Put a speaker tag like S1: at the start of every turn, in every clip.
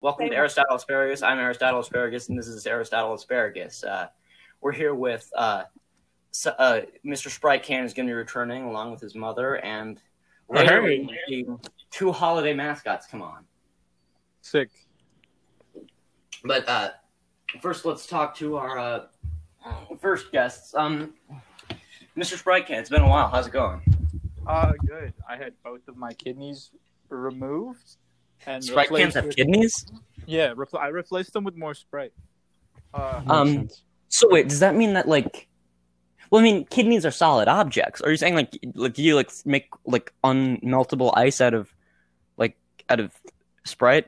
S1: Welcome to Aristotle Asparagus. I'm Aristotle Asparagus, and this is Aristotle Asparagus. Uh, we're here with uh, s uh, Mr. Sprite Can is going to be returning along with his mother, and later
S2: Hey.
S1: we'll be seeing two holiday mascots come on.
S2: Sick.
S1: But uh, first, let's talk to our uh, first guests. Um, Mr. Sprite Can, it's been a while. How's it going?
S2: Uh, good. I had both of my kidneys removed and
S1: Sprite Cans
S2: replaced
S1: have
S2: with-
S1: kidneys?
S2: Yeah, repl- I replaced them with more Sprite. Uh,
S1: Um, So wait, does that mean that like? Well, I mean, kidneys are solid objects. Are you saying like like you like make like unmeltable ice out of like out of Sprite?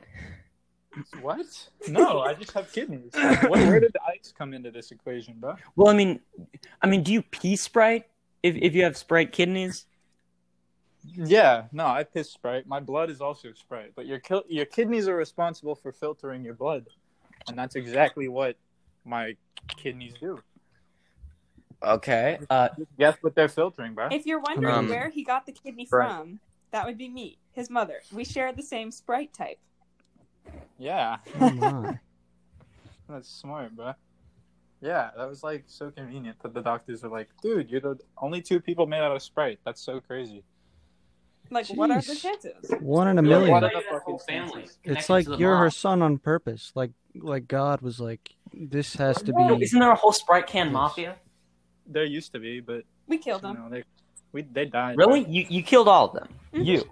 S2: what? No, I just have kidneys. What, where did the ice come into this equation, bro?
S1: Well, I mean, I mean, do you pee Sprite if if you have Sprite kidneys?
S2: Yeah, no, I piss Sprite. My blood is also Sprite, but your kil- your kidneys are responsible for filtering your blood, and that's exactly what my kidneys do.
S1: Okay. Uh,
S2: Guess what they're filtering, bro?
S3: If you're wondering
S1: Um,
S3: where he got the kidney
S2: right.
S3: from, that would be me, his mother. We share the same Sprite type.
S2: Yeah.
S1: oh my.
S2: That's smart, bro. Yeah, that was like so convenient that the doctors were like, dude, you're the only two people made out of Sprite. That's so crazy.
S3: Like, what are the
S4: Jeez.
S3: chances?
S4: One in a
S2: You're
S4: million.
S2: one of
S1: Like
S2: the
S1: that
S2: fucking
S1: whole family.
S2: chances.
S1: connected
S4: It's like
S1: to the
S4: you're
S1: mom.
S4: her son on purpose. Like like God was like, this has to
S1: No,
S4: be.
S1: Isn't there a whole Sprite can mafia?
S2: There used to be, but
S3: We killed
S2: you
S3: him.
S2: know, they we they died.
S1: Really? You you killed all of them.
S3: Mhm.
S1: You.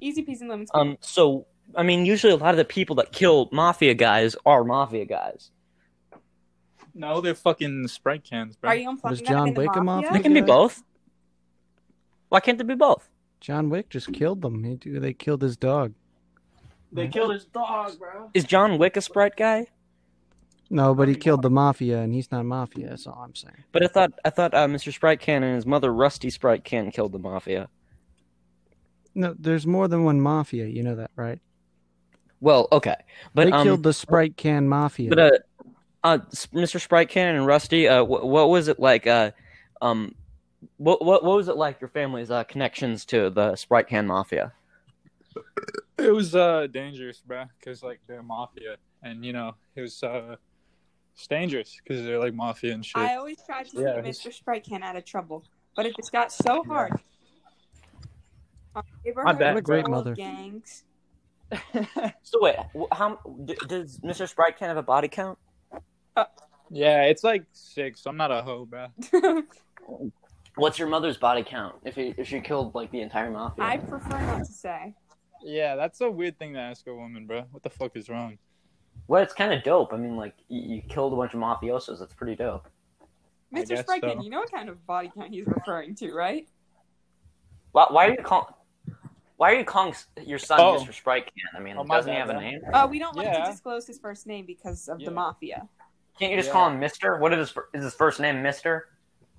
S3: Easy peasy lemon squeeze.
S1: Um. So I mean, usually a lot of the people that kill mafia guys are mafia guys.
S2: bro. No, they're fucking Sprite cans, bro.
S3: Are you implying
S4: Was
S3: that
S4: John
S3: in the
S4: Wick a
S3: mafia?
S1: They
S4: mafia?
S1: can be
S4: Yeah.
S1: both. Why can't they be both?
S4: John Wick just killed them. He, they killed his dog.
S3: Mhm.
S2: They killed his dog, bro.
S1: Is John Wick a sprite guy?
S4: No, but he killed the mafia, and he's not mafia. That's all I'm saying.
S1: But I thought I thought uh, Mr. Sprite Can and his mother Rusty Sprite Can killed the mafia.
S4: No, there's more than one mafia. You know that, right?
S1: Well, okay, but
S4: they
S1: um,
S4: killed the Sprite can mafia.
S1: but uh, uh, S- Mr. Sprite Can and Rusty, uh, wh- what was it like? Uh, um, what what what was it like? Your family's uh, connections to the Sprite Can mafia?
S2: It was uh dangerous, bro, because like they're mafia, and you know it was uh it's dangerous because they're like mafia and shit.
S3: I always tried to
S2: Yeah,
S3: keep
S2: he's-
S3: Mr. Sprite Can out of trouble, but it just got so
S2: Yeah.
S3: hard. Our
S2: I
S3: neighborhood
S2: bet. What a
S3: was
S4: great
S3: full of
S4: mother.
S3: Gangs.
S1: So wait, wh- how d- does Mr. Sprite Can have a body count?
S2: yeah, it's like six. I'm not a hoe, bro.
S1: What's your mother's body count if he, if she killed like the entire mafia?
S3: I prefer not to say.
S2: Yeah, that's a weird thing to ask a woman, bro. What the fuck is wrong?
S1: Well, it's kind of dope. I mean, like you, you killed a bunch of mafiosos. That's pretty dope.
S2: I
S3: Mr.
S2: guess
S3: Sprite Can,
S2: so.
S3: you know what kind of body count he's referring to, right?
S1: Why, why are you calling? Why are you calling s- your son
S2: Oh.
S1: Mr. Sprite Can? I mean,
S2: Oh, my
S1: doesn't he
S2: bad,
S1: have a
S2: man.
S1: name?
S3: Uh, we don't like
S2: Yeah.
S3: to disclose his first name because of
S2: Yeah.
S3: the mafia.
S1: Can't you just call him Mister? What is his, fir- is his first name Mister?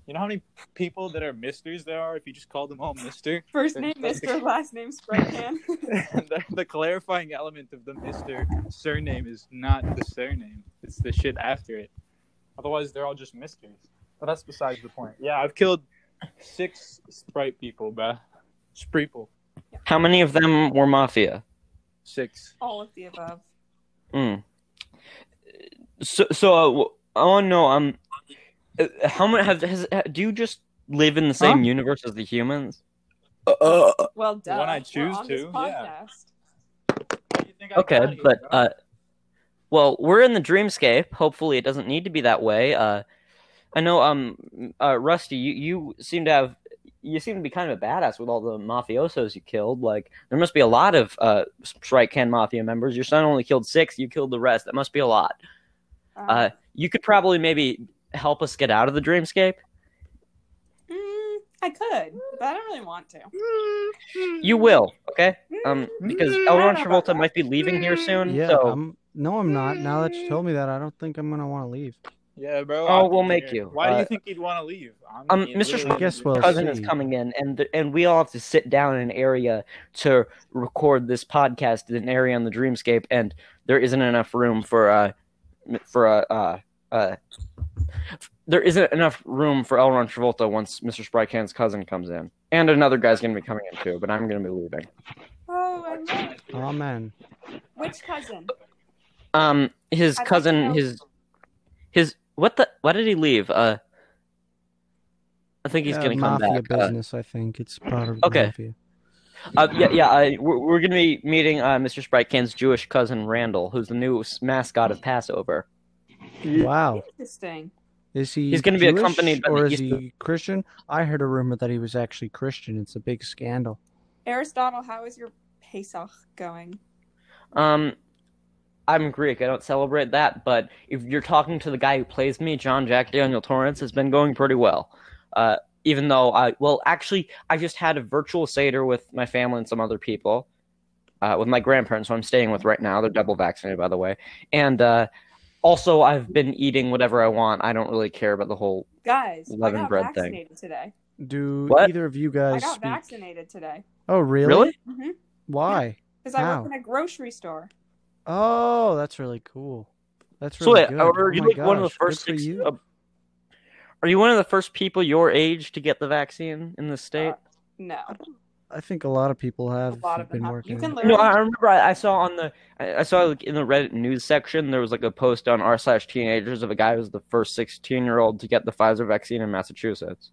S2: You know how many people that are misters there are if you just call them all mister?
S3: First
S2: Then
S3: name
S2: just-
S3: Mr. last name Sprite Can.
S2: the, the clarifying element of the mister surname is not the surname, it's the shit after it. Otherwise, they're all just misters. But that's besides the point. Yeah, I've killed six sprite people, bruh. Spreeple.
S1: How many of them were mafia?
S2: Six.
S3: All of the above.
S1: Mm. So, so uh, w- I want to know. Um, uh, how many have has, ha- do you just live in the same
S2: Huh?
S1: universe as the humans?
S3: Well, duh.
S2: When Uh, I
S3: We're
S2: choose
S3: on this
S2: to, yeah.
S3: podcast.
S2: How do you think I got
S1: Okay,
S2: here,
S1: but
S2: bruh?
S1: uh, well, we're in the dreamscape. Hopefully, it doesn't need to be that way. Uh, I know. Um, uh, Rusty, you you seem to have you seem to be kind of a badass with all the mafiosos you killed. Like, there must be a lot of uh Strike Can Mafia members. Your son only killed six. You killed the rest. That must be a lot. Uh, you could probably maybe help us get out of the dreamscape.
S3: mm, I could, but I don't really want to. Mm,
S1: You will, okay? Um, because Elron Travolta might be leaving here soon.
S4: yeah,
S1: so.
S4: I'm, no, I'm not. Now that you told me that, I don't think I'm gonna want to leave.
S2: Yeah, bro.
S1: Oh,
S2: I'm
S1: we'll
S2: here.
S1: make you.
S2: Why do
S1: Uh,
S2: you think he'd want to leave? I'm
S1: um,
S2: in
S1: Mr.
S2: literally-
S4: Guess we'll
S1: cousin
S4: see.
S1: is coming in, and th- and we all have to sit down in an area to record this podcast in an area on the Dreamscape, and there isn't enough room for uh for a uh, uh, there isn't enough room for Elron Travolta once Mr. Sprycan's cousin comes in, and another guy's gonna be coming in too, but I'm gonna be leaving.
S3: Oh, I love
S4: Amen.
S3: Which cousin?
S1: Um, his
S3: I think
S1: cousin,
S3: so.
S1: his his what the? Why did he leave? Uh, I think he's
S4: Uh,
S1: gonna come
S4: mafia
S1: back. Uh,
S4: business, I think it's part of
S1: Okay.
S4: mafia.
S1: uh, yeah, yeah. Uh, we're we're gonna be meeting uh, Mr. Sprite Can's Jewish cousin Randall, who's the new s- mascot of Passover. Oh.
S4: Wow,
S3: Interesting.
S4: is he?
S1: He's gonna be
S4: Jewish,
S1: accompanied by the
S4: or is
S1: Easter-
S4: he Christian? I heard a rumor that he was actually Christian. It's a big scandal.
S3: Aristotle, how is your Pesach going?
S1: Um, I'm Greek. I don't celebrate that, but if you're talking to the guy who plays me, John Jack Daniel Torrance, has been going pretty well. Uh, even though I, well, actually, I just had a virtual seder with my family and some other people, uh, with my grandparents, who I'm staying with right now. They're double vaccinated, by the way, and uh, also I've been eating whatever I want. I don't really care about the whole.
S3: Guys, I
S1: Leavened
S3: got
S1: bread thing.
S3: vaccinated today.
S4: Do
S1: What?
S4: either of you
S3: I
S4: guys
S3: got
S4: speak?
S3: vaccinated today.
S4: Oh, really?
S3: Mm-hmm.
S4: Why?
S3: Because I
S4: How?
S3: work in a grocery store.
S4: Oh, that's really cool. That's
S1: So
S4: really
S1: wait,
S4: good.
S1: are
S4: Oh
S1: you
S4: my
S1: like one of the
S4: gosh, good
S1: first?
S4: for
S1: Six,
S4: you.
S1: uh, are you one of the first people your age to get the vaccine in the state?
S3: Uh, No,
S4: I think a lot of people have
S3: a lot of
S4: been
S3: them. Have.
S4: working.
S3: You can
S1: No,
S3: literally.
S1: I I remember I, I saw on the I I saw like in the Reddit news section there was like a post on r slash teenagers of a guy who was the first sixteen year old to get the Pfizer vaccine in Massachusetts.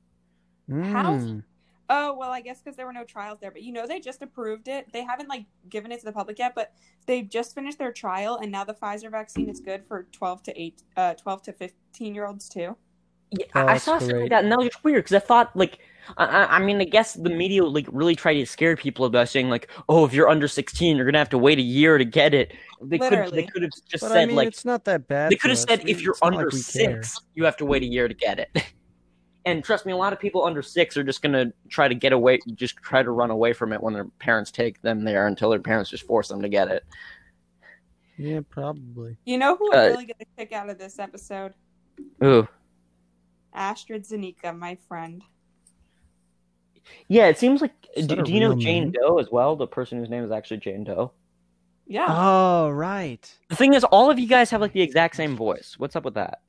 S3: How's-
S4: Mm.
S3: Oh well, I guess because there were no trials there, but you know they just approved it. They haven't like given it to the public yet, but they've just finished their trial, and now the Pfizer vaccine is good for twelve to eight, uh, twelve to fifteen year olds too.
S1: Yeah,
S4: Oh,
S1: I
S4: that's
S1: saw something
S4: great.
S1: like that, and that was just weird because I thought like I- I, I mean I guess the media like really tried to scare people by saying like oh if you're under sixteen you're gonna have to wait a year to get it. They could
S3: Literally.
S1: they could have just
S4: But
S1: said
S4: I mean,
S1: like
S4: it's not that bad.
S1: they could have
S4: for us.
S1: said
S4: We-
S1: if you're
S4: it's not
S1: under
S4: like we care.
S1: six you have to wait a year to get it. And trust me, a lot of people under six are just gonna try to get away, just try to run away from it when their parents take them there until their parents just force them to get it.
S4: Yeah, probably.
S3: You know who I'm
S1: Uh,
S3: really gonna pick out of this episode?
S1: Ooh,
S3: Astrid Zeneca, my friend.
S1: yeah. It seems like.
S4: Is that
S1: Do,
S4: a
S1: do you know
S4: real
S1: Jane
S4: name?
S1: Doe as well? The person whose name is actually Jane Doe.
S3: Yeah,
S4: Oh, right.
S1: The thing is, all of you guys have like the exact same voice. What's up with that?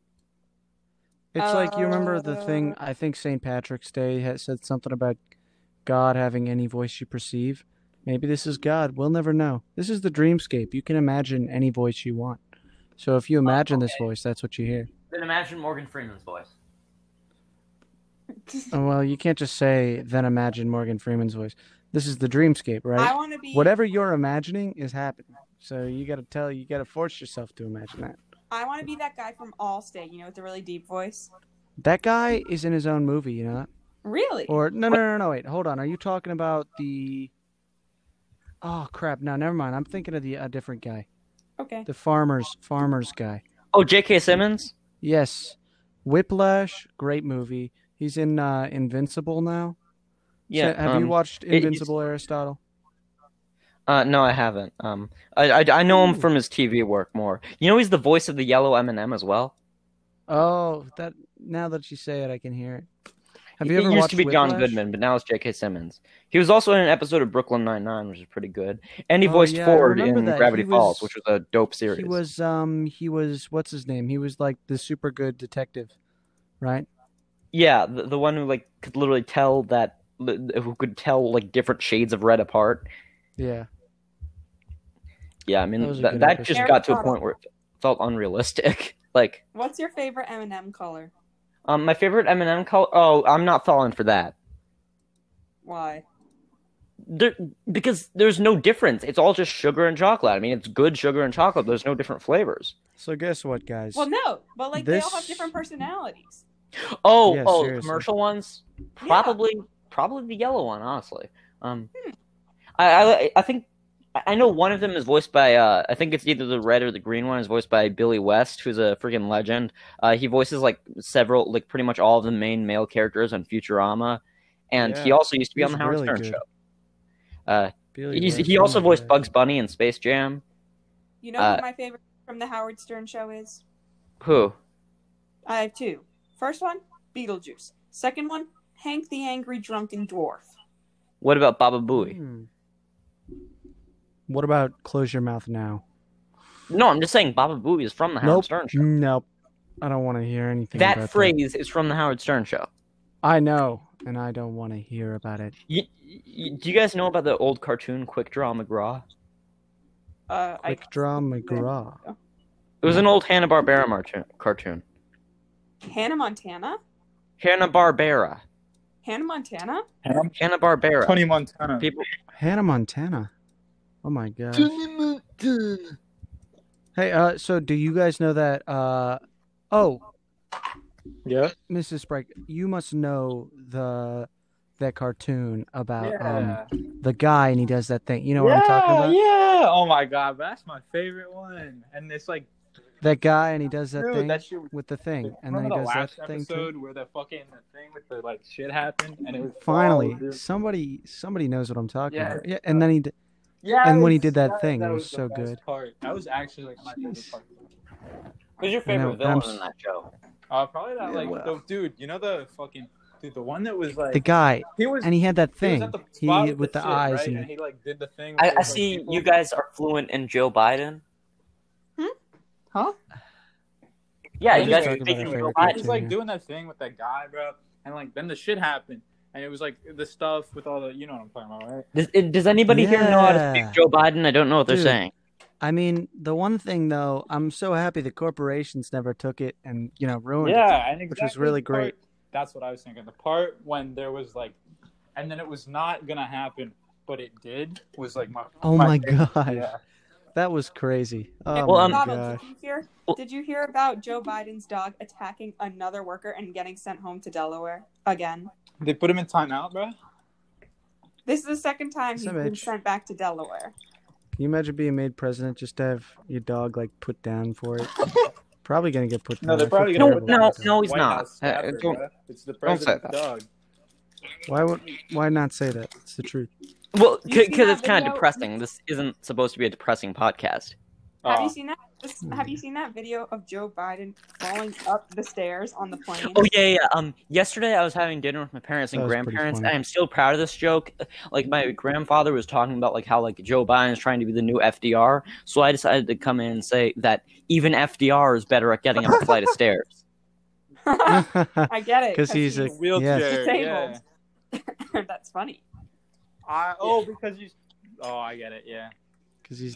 S4: It's like you remember the thing.
S3: Uh,
S4: I think St. Patrick's Day had said something about God having any voice you perceive. Maybe this is God. We'll never know. This is the dreamscape. You can imagine any voice you want. So if you imagine this voice, that's what you hear.
S1: Then imagine Morgan Freeman's voice.
S4: Oh, well, you can't just say then imagine Morgan Freeman's voice. This is the dreamscape,
S3: I
S4: right?
S3: want to be
S4: Whatever you're imagining is happening. So you got to tell. You got to force yourself to imagine that.
S3: I want to be that guy from Allstate, you know, with the really deep voice.
S4: That guy is in his own movie. You know that.
S3: Really?
S4: Or no, no, no, no. Wait, hold on. Are you talking about the? Oh crap! No, never mind. I'm thinking of the a different guy,
S3: okay.
S4: the farmers farmers guy.
S1: Oh, J.K. Simmons.
S4: Yes, Whiplash, great movie. He's in uh, Invincible now.
S1: Yeah.
S4: So, have you
S1: um,
S4: watched
S1: it's-
S4: Invincible, Aristotle?
S1: Uh, no, I haven't. Um, I, I I know him
S4: Ooh.
S1: from his TV work more. You know, he's the voice of the yellow M&M as well.
S4: Oh, that now that you say it, I can hear it. Have you
S1: it
S4: ever
S1: used
S4: watched
S1: to be John
S4: Whiplash?
S1: Goodman, but now it's J.K. Simmons. He was also in an episode of Brooklyn Nine Nine, which is pretty good, and he
S4: Oh,
S1: voiced
S4: yeah, I
S1: Ford
S4: remember
S1: in
S4: that.
S1: Gravity
S4: He
S1: Falls,
S4: was-
S1: which was a dope series.
S4: He was um he was what's his name? He was like the super good detective, right?
S1: Yeah, the, the one who like could literally tell that who could tell like different shades of red apart.
S4: Yeah.
S1: Yeah, I
S4: That
S1: mean
S4: was a
S1: that,
S4: good
S1: that
S4: episode.
S1: just got to a
S3: Harry
S1: point where it felt unrealistic. like,
S3: What's your favorite M&M color?
S1: um, my favorite M&M color. Oh, I'm not falling for that.
S3: Why?
S1: there because there's no difference. It's all just sugar and chocolate. I mean, it's good sugar and chocolate. There's no different flavors.
S4: So guess what, guys?
S3: Well, no, but like they all have
S4: This-
S3: different personalities.
S1: Oh,
S4: Yeah,
S1: oh,
S4: seriously.
S1: commercial ones. Probably, probably the yellow one. Honestly, um, I, I, I think I- I know one of them is voiced by. Uh, I think it's either the red or the green one is voiced by Billy West, who's a freaking legend. Uh, he voices like several, like pretty much all of the main male characters on Futurama, and he
S4: Yeah,
S1: also used to be on
S4: he's
S1: the Howard
S4: really
S1: Stern
S4: good.
S1: show. Uh,
S4: Billy
S1: he's,
S4: West,
S1: he
S4: oh
S1: also
S4: my
S1: voiced
S4: God.
S1: Bugs Bunny in Space Jam.
S3: You know
S1: Uh,
S3: who my favorite from the Howard Stern show is?
S1: Who?
S3: I have two. First one, Beetlejuice. Second one, Hank the Angry Drunken Dwarf.
S1: What about Baba Booey?
S4: Hmm. What about close your mouth now?
S1: No, I'm just saying Baba Booey is from the Howard
S4: Nope.
S1: Stern show.
S4: Nope. I don't want to hear anything. about
S1: That phrase is from the Howard Stern show.
S4: I know, and I don't want to hear about it.
S1: You, you, do you guys know about the old cartoon Quick Draw McGraw?
S3: Uh, I,
S4: Quick draw McGraw.
S1: It was an old Hanna Barbera march- cartoon.
S3: Hannah Montana?
S1: Hanna Barbera.
S3: Hannah Montana?
S1: Hanna Barbera.
S2: Tony Montana.
S1: People.
S4: Hannah Montana. Oh my gosh. Hey, uh, so do you guys know that? Uh, oh,
S2: Yeah.
S4: Mrs. Sprite, you must know the that cartoon about
S2: Yeah.
S4: um, the guy and he does that thing. You know what I'm talking about?
S2: Yeah. Oh my god, that's my favorite one. And it's like,
S4: That guy and he does that
S2: dude,
S4: thing
S2: that shit was
S4: with the thing, and
S2: Remember
S4: then he
S2: the
S4: does
S2: last
S4: that thing too.
S2: episode where the fucking the thing with the like shit happened and it was
S4: Finally,
S2: Oh, dude.
S4: somebody somebody knows what I'm talking
S2: Yeah.
S4: about. Yeah, and then he d-
S2: yeah,
S4: and when he did that
S2: yes,
S4: thing, it was
S2: the
S4: so
S2: best
S4: good.
S2: Part. That was actually like my favorite part.
S1: Who's your
S4: I
S1: favorite
S4: know, I'm
S1: villain
S4: s-
S1: in that show?
S2: Uh, probably that
S4: Yeah,
S2: like
S4: well.
S2: the dude. You know the fucking dude, the one that was like
S4: the guy
S2: he was
S4: and he had that
S2: he was
S4: thing.
S2: at the
S4: He
S2: spot
S4: with the
S2: shit,
S4: eyes
S2: right?
S4: and
S2: and he like did the thing.
S1: I,
S2: with
S1: I
S2: those, like,
S1: see
S2: people.
S1: you guys are fluent in Joe Biden.
S3: Hmm?
S1: Yeah,
S2: We're
S1: you
S2: just
S1: guys are
S4: talking about
S1: speaking
S4: our
S1: Joe
S2: He
S4: favorite
S1: Biden.
S2: was
S4: cartoon.
S2: like
S4: yeah.
S2: doing that thing with that guy, bro. And like then the shit happened, and it was like the stuff with all the you know what I'm talking about, right?
S1: Does, it- does anybody here know how to
S4: Yeah.
S1: speak Joe Biden? I don't know what they're
S4: Dude.
S1: saying.
S4: I mean, the one thing though, I'm so happy the corporations never took it and you know ruined it.
S2: yeah, and
S4: Oh, which was
S2: exactly
S4: really
S2: the part-
S4: great.
S2: That's what I was thinking. The part when there was like, and then it was not gonna happen, but it did. Was like my
S4: Oh my
S2: favorite.
S4: gosh.
S2: Yeah.
S4: That was crazy.
S3: Hey,
S4: Oh
S1: Well,
S4: my
S1: um,
S3: Donald,
S4: gosh.
S3: did you hear?
S1: Well-
S3: Did you hear about Joe Biden's dog attacking another worker and getting sent home to Delaware again?
S2: They put him in timeout, bro.
S3: This is the second time he's
S4: Some
S3: been
S4: bitch.
S3: sent back to Delaware.
S4: Can you imagine being made president just to have your dog like put down for it? probably gonna get put down.
S2: No, they're
S4: I feel
S2: probably gonna
S1: No,
S4: terrible
S2: put
S1: no,
S4: about that.
S1: no, he's
S2: White
S1: not.
S2: House
S1: Uh,
S2: staffer,
S1: don't-
S2: bruh. It's the
S1: don't say
S2: president's dog.
S4: Why would why not say that? It's the truth.
S1: Well,
S3: You seen
S1: because
S3: that
S1: it's kind
S3: video?
S1: of depressing. This isn't supposed to be a depressing podcast.
S3: Have
S2: Aw.
S3: you seen that? This, Have you seen that video of Joe Biden falling up the stairs on the plane?
S1: Oh yeah, yeah. Um, yesterday I was having dinner with my parents and
S4: That was pretty
S1: grandparents, and
S4: funny.
S1: I'm still proud of this joke. Like my grandfather was talking about like how like Joe Biden is trying to be the new FDR, so I decided to come in and say that even FDR is better at getting up a flight of stairs.
S3: I get it.
S4: Because he's a
S2: wheelchair.
S3: disabled. That's funny.
S2: I- oh, because you. Oh, I get it. Yeah.
S4: because he's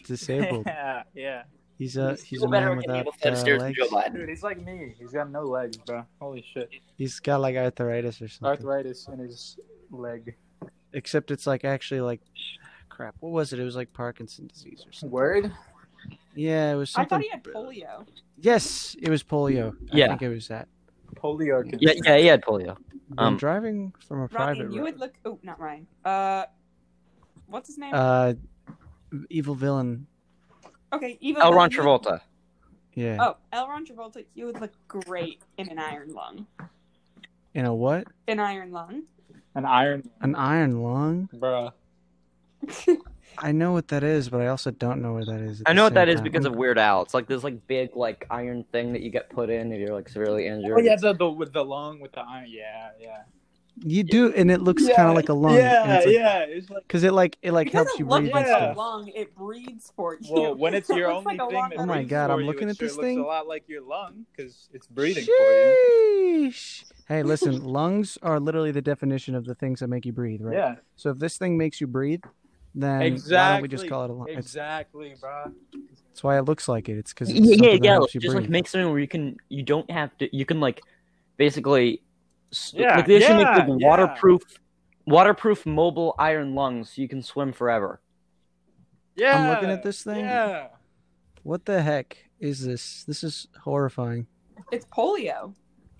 S4: disabled.
S2: Yeah. Yeah.
S4: He's a
S1: Still
S4: he's a
S1: better
S4: man
S1: at getting
S4: without
S1: up a flight
S4: uh,
S1: of stairs than
S4: legs.
S1: Joe Biden.
S2: Dude, he's like me. He's got no legs, bro. Holy shit.
S4: He's got like arthritis or something.
S2: Arthritis in his leg.
S4: Except it's like actually like crap. What was it? It was like Parkinson's disease or something.
S2: Word.
S4: Yeah, it was
S3: I
S4: something.
S3: thought he had polio.
S4: Yes, it was polio. I
S1: Yeah.
S4: think it was that.
S2: Polio. can-
S1: Yeah, yeah, he had polio.
S4: I'm
S1: Um,
S4: driving from a private
S3: Ryan, you
S4: road.
S3: would look. Oh, not Ryan. Uh, what's his name?
S4: Uh, evil villain.
S3: okay, even
S1: L. Ron Travolta.
S4: Yeah.
S3: Oh, L. Ron Travolta, you would look great in an iron lung.
S4: In a what?
S3: An iron lung.
S2: An iron,
S4: An iron lung?
S2: bro.
S4: I know what that is, but I also don't know where that is. at
S1: I
S4: the
S1: know what
S4: same
S1: that is
S4: time.
S1: because of Weird Al. It's like this like big like iron thing that you get put in if you're like severely injured.
S2: Oh yeah, the, the with the lung with the iron. Yeah, yeah.
S4: you do, and it looks kind of like a lung.
S2: Yeah, yeah. It's like
S4: Because it like it like
S3: it
S4: helps
S3: doesn't
S4: you
S3: look
S4: breathe
S3: like
S4: and
S2: Yeah.
S3: a
S4: stuff.
S3: lung. It breathes for you.
S2: well, when it's
S3: It
S2: your
S3: looks
S2: only
S3: like a
S2: thing.
S3: lung
S2: That
S4: Oh my
S2: breathes
S4: God,
S2: for
S4: I'm
S2: you,
S4: looking
S2: it
S4: at
S2: sure
S4: this
S2: looks
S4: thing.
S2: A lot like your lung because it's breathing for you.
S4: Sheesh. Hey, listen, lungs are literally the definition of the things that make you breathe, right?
S2: Yeah,
S4: So if this thing makes you breathe, then why don't we just
S2: Exactly.
S4: call it a lung? It's-
S2: exactly, bro.
S4: That's why it looks like it. It's because it's
S1: yeah, yeah,
S4: something that
S1: yeah.
S4: helps you
S1: just
S4: breathe.
S1: like make something where you can you don't have to you can like basically s-
S2: Yeah,
S1: like they should make
S2: yeah,
S1: like
S2: yeah.
S1: waterproof waterproof mobile iron lungs so you can swim forever.
S2: Yeah,
S4: I'm looking at this thing.
S2: Yeah,
S4: What the heck is this? This is horrifying.
S3: It's polio.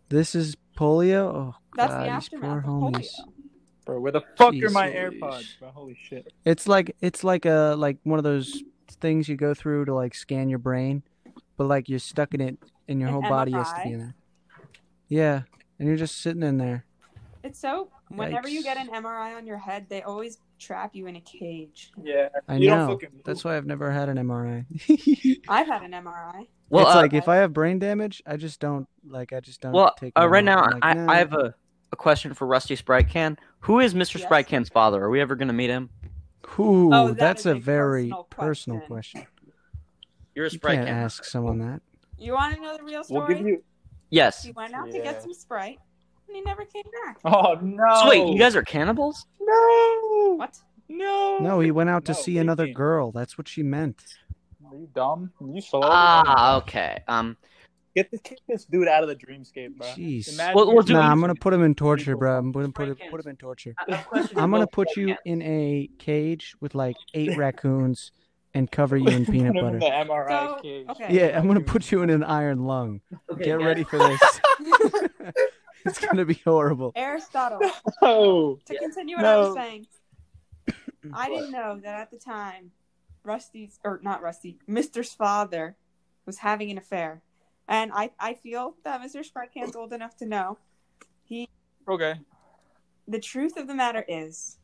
S4: This is polio. Oh
S3: That's
S4: god,
S3: the
S4: these poor
S3: aftermath of
S4: homies.
S3: polio.
S2: bro. Where the fuck are
S4: Jeez,
S2: my
S4: holy
S2: AirPods?
S4: sh-
S2: Bro, holy shit.
S4: It's like it's like a like one of those things you go through to like scan your brain, but like you're stuck in it, and your
S3: An
S4: whole body has to
S3: MRI?
S4: be in it. Yeah, and you're just sitting in there.
S3: It's so. Whenever you get
S4: Yikes.
S3: an MRI on your head, they always trap you in a cage.
S2: Yeah,
S4: I
S2: you
S4: know.
S2: Don't fucking
S4: That's why I've never had an MRI. it's
S3: I've had an MRI.
S1: Well, uh,
S4: like if I have brain damage, I just don't like I just don't
S1: well,
S4: take.
S1: uh,
S4: an
S1: right
S4: MRI.
S1: now
S4: I'm like,
S1: I,
S4: nah.
S1: I have a, a question for Rusty Sprite Can. Who is Mr.
S3: Yes.
S1: Sprite Can's father? Are we ever gonna meet him?
S4: Ooh,
S3: Oh, that
S4: that's
S3: is
S4: a
S3: a
S4: very
S3: personal
S4: personal
S3: question.
S4: question.
S1: You're a
S4: You
S1: Sprite
S4: can't
S1: Can.
S4: ask someone that.
S3: You want to know the real
S2: We'll
S3: story?
S2: give you.
S1: Yes.
S3: He went out to
S2: Yeah.
S3: get some Sprite, and he never came back.
S2: Oh no!
S1: So wait, you guys are cannibals?
S2: No.
S3: What?
S2: No.
S4: No, he went out to
S2: No,
S4: see
S2: they
S4: another
S2: can't.
S4: girl. That's what she meant.
S2: Are you dumb? You slow.
S1: Ah, okay. Um,
S2: Get this, kick this dude out of the dreamscape, bro.
S4: Jeez.
S2: Imagine-
S1: Well, we'll do-
S4: Nah, I'm gonna put him in torture, bro. I'm gonna put
S1: Spray
S4: him,
S1: cans.
S4: put him in torture.
S1: I- I have questions
S4: I'm gonna
S1: about
S4: put
S1: spray
S4: you
S1: cans.
S4: in a cage with like eight raccoons and cover you in peanut
S2: Put him in
S4: butter.
S2: the MRI
S3: So,
S2: cage.
S3: okay.
S4: Yeah, I'm gonna put you in an iron lung.
S1: Okay,
S4: Get
S1: guys.
S4: ready for this. it's gonna be horrible.
S3: Aristotle.
S2: Oh.
S3: To
S1: Yeah.
S3: continue what I
S2: No.
S3: was saying, I didn't know that at the time, Rusty's or not Rusty, Mister's father was having an affair, and I I feel that Mister Sparkhand's old enough to know.
S2: Okay.
S3: The truth of the matter is,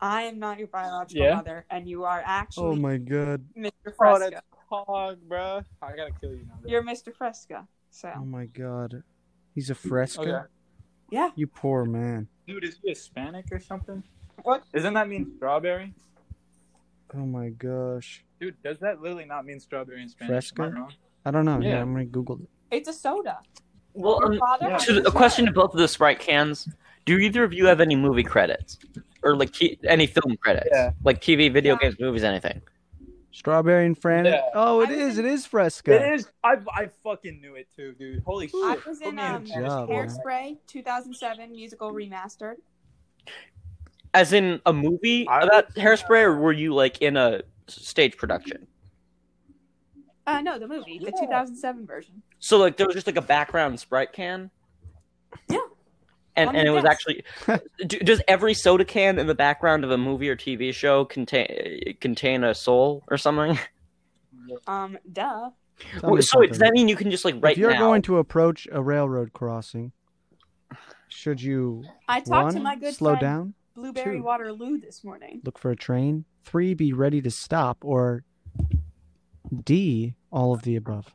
S3: I am not your biological
S2: Yeah.
S3: mother, and you are
S4: Oh
S3: actually
S4: my god.
S3: Mr.
S2: Oh,
S3: Fresca.
S2: that's hog, bro. I gotta kill you now. bro.
S3: You're Mr. Fresca.
S4: Oh
S3: So
S4: my god. He's a fresco.
S2: Okay.
S3: yeah,
S4: You poor man.
S2: Dude, is he Hispanic or something?
S3: What?
S2: Doesn't that mean strawberry?
S4: Oh my gosh.
S2: Dude, does that literally not mean strawberry in Spanish?
S4: Fresca?
S2: Am I wrong?
S4: I don't know. Yeah,
S2: Yeah.
S4: I'm gonna Google it.
S3: it's a soda.
S1: Well,
S3: Your
S1: um,
S3: father
S2: yeah.
S3: had
S1: so
S3: an
S1: a question to
S3: affair.
S1: both of the Sprite cans. Do either of you have any movie credits? Or like t- any film credits?
S2: Yeah.
S1: Like TV, video
S3: Yeah.
S1: games, movies, anything.
S4: Strawberry and Fran.
S2: Yeah.
S4: Oh, it
S3: I
S4: is.
S3: was
S4: It
S3: in-
S4: is fresco.
S2: It is. I, I fucking knew it too, dude. Holy shit.
S3: I was
S2: Put
S3: in
S2: me a
S3: um,
S2: Spanish
S4: job,
S2: class.
S4: man.
S3: Hairspray 2007 musical remastered.
S1: As in a movie
S2: I-
S1: about hairspray, or were you like in a stage production?
S3: Uh, no, the movie, the
S2: Yeah.
S3: 2007 version.
S1: So like there was just like a background Sprite can?
S3: Yeah.
S1: And,
S3: On
S1: and
S3: the
S1: it was
S3: desk.
S1: actually. do, does every soda can in the background of a movie or TV show contain contain a soul or something?
S3: Um, duh.
S4: Tell me
S1: so it- does
S4: something.
S1: that mean you can just like right
S4: if you're
S1: now?
S4: going to approach a railroad crossing, should you
S3: I talked
S4: one
S3: to my good
S4: slow
S3: friend
S4: down,
S3: Blueberry
S4: Two.
S3: Waterloo this morning.
S4: look for a train, three be ready to stop, or D all of the above?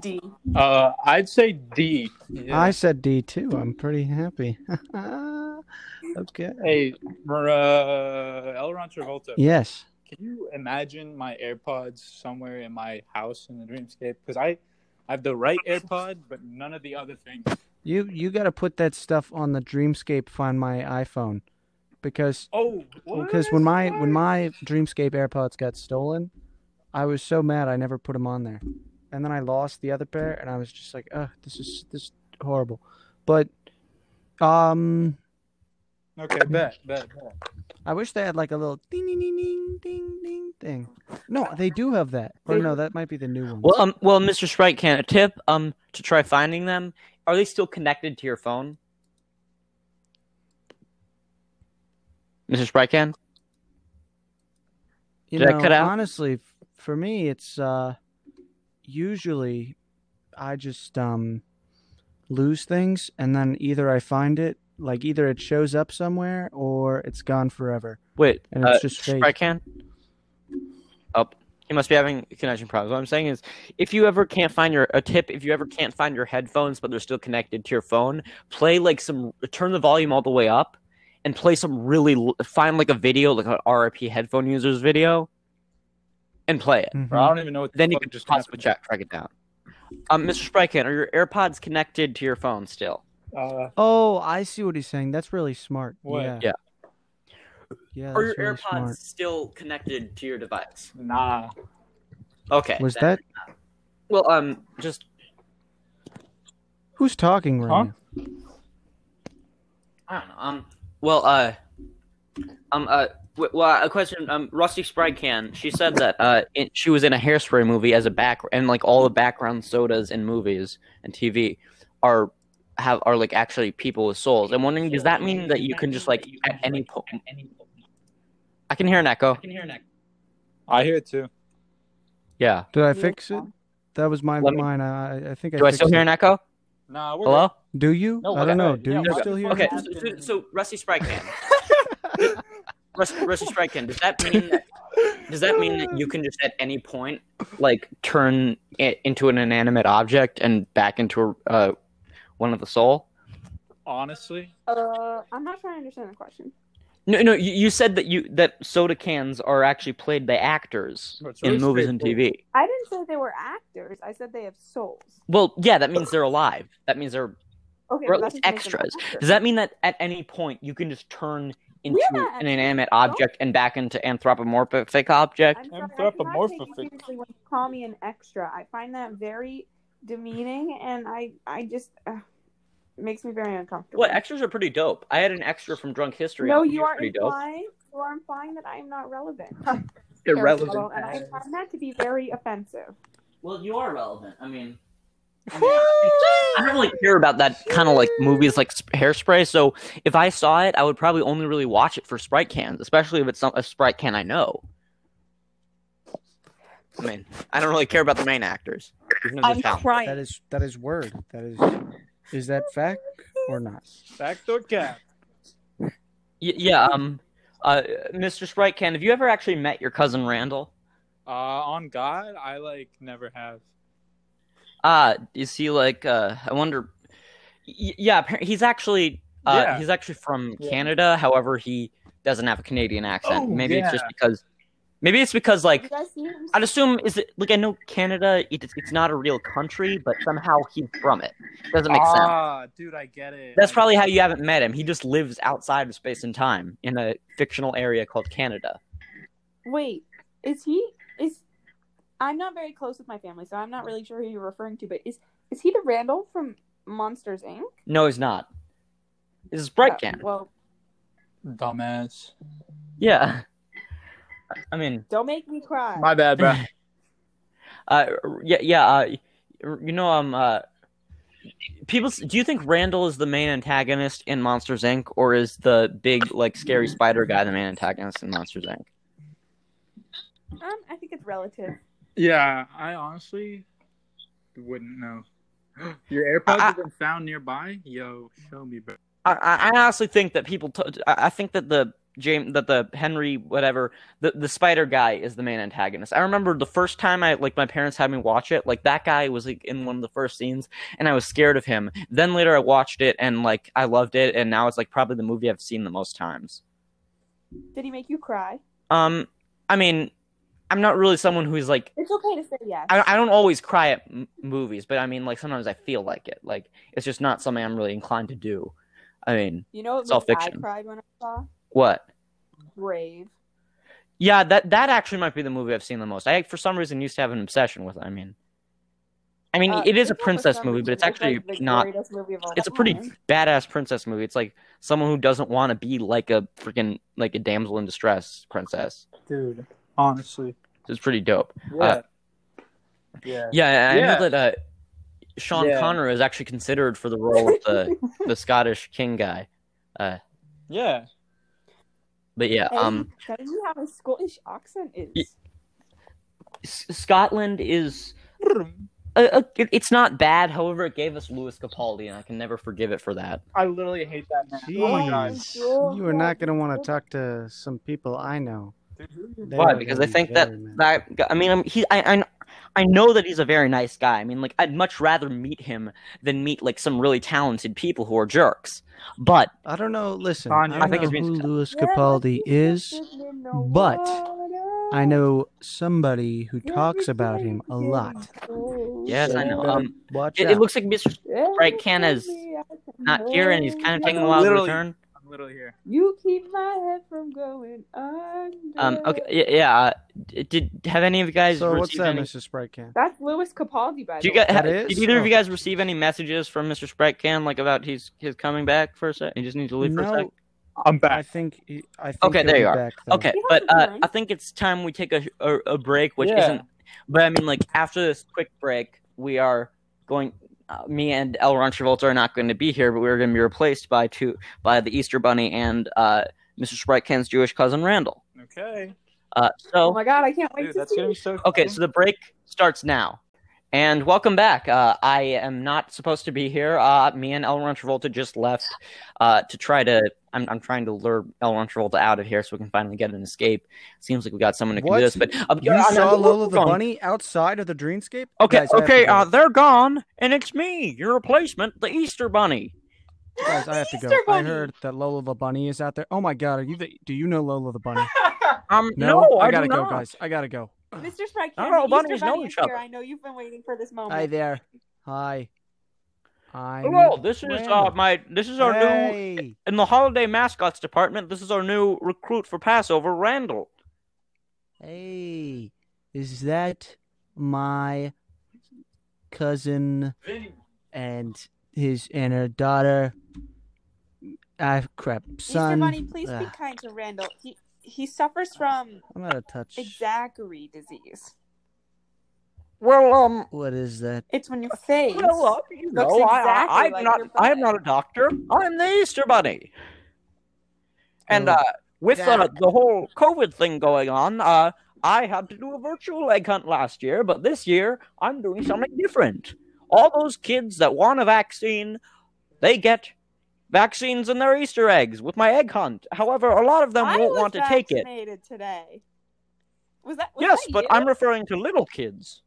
S3: D.
S2: Uh, I'd say D. Yeah.
S4: I said D too. I'm pretty happy. okay.
S2: Hey, Mar- uh, L. Ron Travolta.
S4: Yes.
S2: Can you imagine my AirPods somewhere in my house in the dreamscape? Because I, I have the right AirPod, but none of the other things.
S4: You you got to put that stuff on the Dreamscape Find My iPhone, because
S2: Oh, what?
S4: because when my when my Dreamscape AirPods got stolen, I was so mad I never put them on there, and then I lost the other pair, and I was just like, ugh, this is this is horrible. But um,
S2: Okay, bet, bet, bet.
S4: I wish they had like a little ding ding ding ding ding ding thing. No, they do have that. Or no, that might be the new one.
S1: Well, um, well, Mr. Sprite can a tip um to try finding them. Are they still connected to your phone? Mr. Sprite can.
S4: You
S1: Did I
S4: know,
S1: cut out?
S4: honestly, f- for me, it's uh, usually I just um, lose things, and then either I find it, like either it shows up somewhere, or it's gone forever,
S1: Wait,
S4: and it's
S1: uh,
S4: just fake.
S1: Sprite can. Oh, you must be having connection problems. What I'm saying is, if you ever can't find your a tip, if you ever can't find your headphones but they're still connected to your phone, play like some turn the volume all the way up, and play some really l- find like a video like an RIP headphone users video, and play it.
S4: Mhm.
S2: Bro, I don't even know what. the
S1: then you
S2: fuck
S1: can just
S2: just
S1: possibly check,
S2: happened.
S1: track it down. Um, Mr. Sprycan, are your AirPods connected to your phone still?
S2: Uh,
S4: Oh, I see what he's saying. That's really smart.
S2: What?
S4: Yeah.
S1: Yeah.
S4: Yeah,
S1: are your
S4: that's really
S1: AirPods
S4: smart.
S1: still connected to your device?
S2: nah.
S1: Okay.
S4: Was
S1: then-
S4: that
S1: Well, um, just
S4: who's talking right
S2: Huh?
S4: now?
S1: I don't know. Um, well, uh, um, uh, w- well, a question. Um, Rusty Sprycan, she said that uh, in, she was in a hairspray movie as a back and like all the background sodas in movies and TV are have are like actually people with souls. I'm wondering, does that mean that you can just like at any point? I can hear an echo.
S2: I hear it too.
S1: Yeah.
S4: Did I
S3: Yeah.
S4: fix it? That was my
S1: Let me-
S4: mine. I I think I
S1: Do I
S4: fixed
S1: still hear
S4: it.
S1: an echo?
S2: Nah, we're
S1: Hello?
S4: Do you?
S2: No,
S4: I don't
S2: okay.
S4: know. Do
S2: Yeah,
S4: you
S2: we're
S4: still
S2: good.
S1: Okay,
S4: hear? me?
S1: so, so, so Rusty Sprite can. Rusty, Rusty Sprite can. Does that mean that, does that mean that you can just at any point like turn it into an inanimate object and back into a, uh, one of the soul?
S2: good. Honestly,
S3: Uh, I'm not trying to understand the question.
S1: No, no. You, you said that you that soda cans are actually played by actors
S2: It's
S1: in
S2: really
S1: movies and
S2: straightforward.
S1: TV.
S3: I didn't say they were actors. I said they have souls.
S1: Well, yeah, that means they're alive. That means they're
S3: Okay,
S1: Or at least
S3: but that doesn't make them
S1: extras.
S3: actors.
S1: Does that mean that at any point you can just turn into
S3: Yeah.
S1: an inanimate object and back into anthropomorphic object.
S3: I'm sorry, I cannot take you
S2: Anthropomorphic.
S3: seriously when you call me an extra. I find that very demeaning, and I I just uh, makes me very uncomfortable.
S1: What extras are pretty dope. I had an extra from Drunk History.
S3: No,
S1: on.
S3: you
S1: He's
S3: are
S1: pretty dope.
S3: implying you are implying that I am not relevant.
S1: Irrelevant.
S3: and I find that to be very offensive.
S1: Well, you are relevant. I mean, I, mean, I don't really care about that kind of like movies like sp- Hairspray. So if I saw it, I would probably only really watch it for Sprite cans, especially if it's some, a Sprite can I know. I mean, I don't really care about the main actors. There's no good talent.
S3: crying.
S4: That is that is word. That is is that fact or not?
S2: Fact or cap?
S1: Y- yeah. Um. Uh, Mr. Sprite can. Have you ever actually met your cousin Randall?
S2: Uh, on God, I like never have.
S1: Ah, is he like? Uh, I wonder. Y- yeah, appar- he's actually. Uh,
S2: Yeah.
S1: he's actually from
S2: Yeah.
S1: Canada. However, he doesn't have a Canadian accent.
S2: Oh,
S1: maybe it's
S2: yeah.
S1: just because. Maybe it's because
S3: You
S1: like
S3: guys see him?
S1: I'd assume is it like I know Canada it, it's not a real country, but somehow he's from it. Doesn't make sense.
S2: ah, dude, I get it.
S1: That's probably how you haven't met him. He just lives outside of space and time in a fictional area called Canada.
S3: Wait, is he is? I'm not very close with my family, so I'm not really sure who you're referring to. But is is he the Randall from Monsters Inc?
S1: No, he's not. This is Bright
S3: Uh,
S1: Can.
S3: Well,
S2: dumbass.
S1: Yeah. I mean,
S3: don't make me cry.
S2: My bad, bro.
S1: Uh, yeah, yeah. Uh, you know, um, uh, people. s- Do you think Randall is the main antagonist in Monsters Inc. or is the big like scary spider guy the main antagonist in Monsters Inc.?
S3: um, I think it's relative.
S2: yeah, I honestly wouldn't know. Your AirPods
S1: I-
S2: have been found nearby? Yo, show me, bro.
S1: I, I I honestly think that people. T- I I think that the James, that the Henry, whatever, the the spider guy is the main antagonist. I remember the first time I like my parents had me watch it. Like that guy was like in one of the first scenes, and I was scared of him. Then later I watched it and like I loved it, and now it's like probably the movie I've seen the most times.
S3: Did he make you cry?
S1: Um, I mean, I'm not really someone who's like
S3: It's okay to say yes.
S1: I, I don't always cry at m- movies, but I mean, like sometimes I feel like it. Like it's just not something I'm really inclined to do. I mean,
S3: you know,
S1: it's
S3: what
S1: all
S3: movie I
S1: fiction.
S3: cried when I saw
S1: what?
S3: Brave.
S1: Yeah, that that actually might be the movie I've seen the most. I for some reason used to have an obsession with. it, I mean, I mean,
S3: Uh,
S1: it is a
S3: not for
S1: princess
S3: some
S1: movie, but
S3: reason,
S1: it's actually
S3: like the
S1: not.
S3: greatest movie of all
S1: It's a pretty
S3: time.
S1: badass princess movie. It's like someone who doesn't want to be like a freaking like a damsel in distress princess.
S2: Dude, honestly.
S1: It's pretty dope.
S2: Yeah.
S1: Uh,
S2: yeah.
S1: Yeah, I
S2: Yeah.
S1: know that uh, Sean
S2: Yeah.
S1: Connery is actually considered for the role of the the Scottish king guy.
S2: Yeah.
S1: But yeah,
S3: Hey,
S1: um,
S3: that is how a Scottish accent is.
S1: Y- S- Scotland is uh, uh, it- it's not bad. However, it gave us Louis Capaldi, and I can never forgive it for that.
S2: I literally hate that man. Oh my god.
S4: Jeez. You are not going to want to talk to some people I know. They
S1: Why?
S4: are
S1: Because I
S4: gonna be
S1: think that
S4: very mad.
S1: that I mean, I'm, he I, I I know that he's a very nice guy. I mean, like I'd much rather meet him than meet like some really talented people who are jerks. But
S4: I don't know. Listen,
S2: Tanya.
S4: I,
S2: I think
S4: know
S1: it's
S4: who
S1: music.
S4: Louis
S3: Yeah,
S4: Capaldi
S3: but he's
S4: is.
S3: just in the
S4: but
S3: water.
S4: I know somebody who
S3: You're
S4: talks about him a
S3: pretending.
S4: lot.
S1: yes, I know.
S4: better
S1: Um,
S4: Watch
S1: it,
S4: out.
S1: it looks like Mr. Sprite Can is not here, and he's kind of taking a while to
S2: Literally.
S1: return.
S2: I'm literally here.
S3: You keep my head from going under.
S1: Um. Okay. y- Yeah. Uh, d- did have any of you guys?
S4: so what's
S1: received
S4: that,
S1: any-
S4: Mrs. Sprite Can?
S3: That's Louis Capaldi, by
S1: Do
S3: the
S1: you guys,
S3: way.
S4: That
S1: ha-
S4: is?
S1: did either of you
S4: Oh.
S1: guys receive any messages from Mr. Sprite Can like about he's his coming back for a sec? He just needs to leave for a sec.
S4: No,
S2: I'm
S4: I
S2: back.
S4: think he- I think
S1: Okay,
S4: he'll
S1: there
S4: be
S1: you are.
S4: back, though.
S1: Okay,
S3: He
S1: but
S3: hasn't
S1: uh,
S3: returned.
S1: I think it's time we take a, a a break, which
S2: Yeah.
S1: isn't. But I mean, like after this quick break, we are going. Uh, me and L. Ron Travolta are not going to be here, but we're going to be replaced by two by the Easter Bunny and uh, Mr. Sprite Can's Jewish cousin Randall.
S2: Okay.
S1: Uh,
S3: Oh
S1: so
S3: my god, I can't wait
S2: Dude,
S3: to
S2: that's
S3: see
S2: gonna be so.
S1: okay, so the break starts now. And welcome back. Uh, I am not supposed to be here. Uh, me and L. Ron Travolta just left uh, to try to. I'm, I'm trying to lure L. Ron Travolta out of here so we can finally get an escape. Seems like we got someone who can
S4: What?
S1: do this. But uh,
S4: You
S1: uh, no,
S4: saw
S1: we're
S4: Lola the
S1: going-
S4: bunny outside of the dreamscape?
S1: Okay,
S4: Guys, I have
S1: okay,
S4: to go.
S1: uh, they're gone, and it's me, your replacement, the Easter Bunny.
S4: Guys, I have to go.
S3: Easter
S4: I
S3: Bunny.
S4: heard that Lola the bunny is out there. Oh my god, are you the, do you know Lola the bunny?
S1: Um,
S4: No,
S1: no,
S4: I,
S1: do
S4: gotta go,
S1: not.
S4: guys. I gotta go.
S3: Mr. Sprite
S1: I don't
S3: Can.
S1: know,
S3: the Easter
S1: bunnies know
S3: Bunny is
S1: each
S3: here.
S1: other.
S3: I know you've been waiting for this moment.
S4: Hi there. Hi. I
S1: Hello, this is
S4: Where?
S1: uh, my this is our new in the holiday mascots department. This is our new recruit for Passover, Randall.
S4: Hey, is that my cousin and his and her daughter? Ah, crap,
S3: Easter
S4: son.
S3: Bunny, please be
S4: Ugh,
S3: kind to Randall. He he suffers from
S4: I'm out of touch.
S3: Zachary disease.
S1: Well, um,
S4: What is that?
S3: It's when your face.
S1: well, uh, you
S3: Looks
S1: know, I-
S3: exactly
S1: I, I'm
S3: like
S1: not,
S3: your
S1: I am
S3: butt.
S1: not a doctor. I'm the Easter Bunny. And
S4: Oh,
S1: uh, with uh,
S4: that-
S1: the whole COVID thing going on, uh, I had to do a virtual egg hunt last year, but this year I'm doing something different. All those kids that want a vaccine, they get vaccines in their Easter eggs with my egg hunt. However, a lot of them
S3: I
S1: won't
S3: was
S1: want to take it.
S3: vaccinated today. Was that? was
S1: Yes,
S3: that
S1: but
S3: you?
S1: I'm referring to little kids.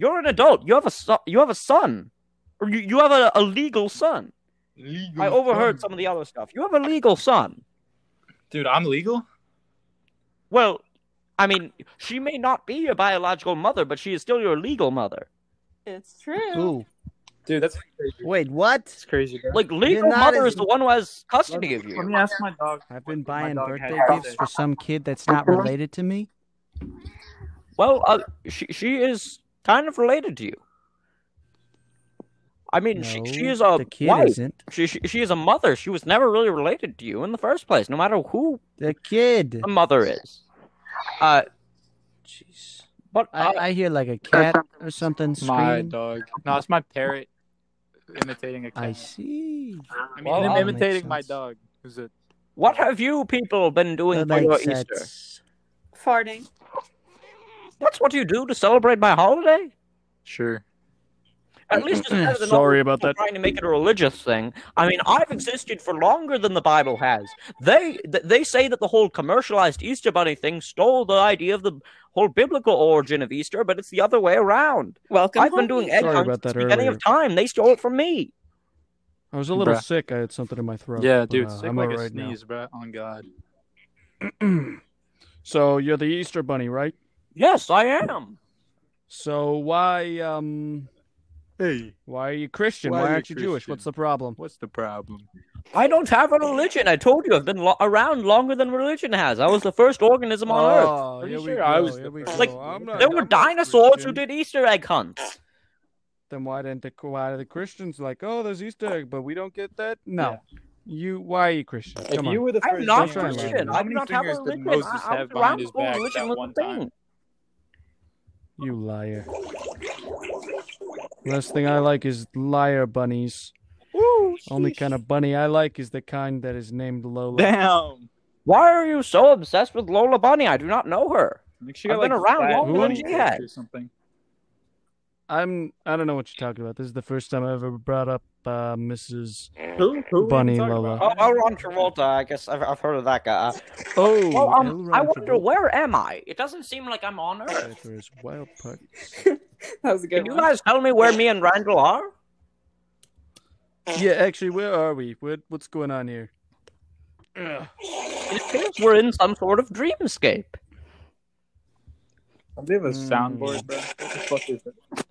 S1: You're an adult. You have a so- you have a son, or you, you have a, a legal son.
S2: Legal.
S1: I overheard some of the other stuff. You have a legal son.
S2: Dude, I'm legal.
S1: Well, I mean, she may not be your biological mother, but she is still your legal mother.
S3: It's true.
S1: uh,
S4: Ooh,
S2: Dude, that's crazy.
S4: wait, what?
S2: That's crazy, bro.
S1: Like legal
S4: not
S1: mother
S4: as-
S1: is the one who has
S2: let,
S1: custody
S2: me,
S1: of you.
S2: ask my dog.
S4: I've been
S2: My
S4: buying
S2: dog
S4: birthday
S2: had
S4: gifts
S2: it.
S4: for some kid that's not related to me.
S1: Well, uh, she she is kind of related to you. I mean, she, she
S4: No,
S1: is a
S4: the kid
S1: wife.
S4: isn't.
S1: She, she she is a mother. She was never really related to you in the first place, no matter who
S4: The kid.
S1: the mother is. Uh,
S4: Jeez.
S1: But uh,
S4: I, I hear like a cat or something
S2: My
S4: scream.
S2: dog. No, it's my parrot imitating a cat.
S4: I see.
S2: I mean,
S1: Well,
S2: I'm
S1: that
S4: makes
S2: imitating my
S4: sense.
S2: dog. Who's it?
S1: what have you people been doing
S4: That
S1: for your
S4: makes
S1: Easter?
S4: sense.
S3: Farting.
S1: That's what you do to celebrate my holiday.
S2: Sure.
S1: At least it's better than
S2: Sorry
S1: all
S2: about
S1: people
S2: that.
S1: Trying to make it a religious thing. I mean, I've existed for longer than the Bible has. They th- they say that the whole commercialized Easter Bunny thing stole the idea of the whole biblical origin of Easter, but it's the other way around.
S3: Welcome.
S1: I've been doing egg
S4: Sorry
S1: hunts
S4: about
S1: since
S4: that
S1: the beginning of time. They stole it from me.
S4: I was a little
S2: Bruh.
S4: sick. I had something in my throat.
S2: Yeah,
S4: but,
S2: dude,
S4: uh,
S2: sick
S4: I'm
S2: like a
S4: alright now.
S2: sneeze, bro. On God.
S4: so you're the Easter Bunny, right?
S1: Yes, I am.
S4: So why um
S2: Hey,
S4: why are you Christian?
S2: Why
S4: Why,
S2: are you
S4: aren't you Jewish?
S2: Christian?
S4: What's the problem?
S2: what's the problem?
S1: I don't have a religion. I told you, I've been lo- around longer than religion has. I was the first organism on Earth.
S4: Oh,
S2: Pretty
S4: here we
S2: sure
S4: go.
S2: I was
S4: here
S2: the
S4: we
S2: first
S4: go.
S1: Like,
S4: I'm not-
S1: There were
S4: I'm not
S1: dinosaurs who
S4: Christian.
S1: did Easter egg hunts.
S4: Then why didn't the why are the Christians like, oh, there's Easter egg, but we don't get that? No, you why are you Christian?
S2: If
S4: Come
S2: you
S4: on.
S2: were the
S1: I'm
S2: first
S1: not
S4: Christian.
S1: Christian.
S4: How
S1: I do
S2: many
S1: not have a
S2: fingers did
S1: religion.
S2: Moses
S1: I, I
S2: have
S1: was
S2: behind
S1: around
S2: his
S1: before
S2: back
S1: religion
S2: that
S1: was
S2: one
S1: a
S2: time?
S1: thing.
S4: You liar. Last thing I like is liar bunnies. Only kind of bunny I like is the kind that is named Lola.
S2: Damn.
S1: Why are you so obsessed with Lola Bunny? I do not know her.
S2: Like she got
S1: I've been
S2: like
S1: around
S2: fat
S1: longer
S4: than
S2: bunny
S1: she
S2: legs
S1: had.
S2: or something.
S4: I'm I don't know what you're talking about. This is the first time I ever brought up uh, Mrs.
S2: Who? Who?
S4: Bunny Lola.
S1: Oh, oh Ron Travolta. I guess I've, I've heard of that guy. Uh,
S4: Oh,
S1: well,
S4: L.
S1: um,
S4: Ron
S1: I wonder
S4: Travolta.
S1: where am I? It doesn't seem like I'm on Earth.
S4: Cypher is wild part.
S3: That was a
S1: Can
S3: good
S1: you
S3: one.
S1: guys tell me where me and Randall are?
S4: Yeah, actually, where are we? What what's going on here? Ugh.
S1: It appears we're in some sort of dreamscape.
S2: They have a
S4: Mm.
S2: soundboard, bro. What the fuck is it?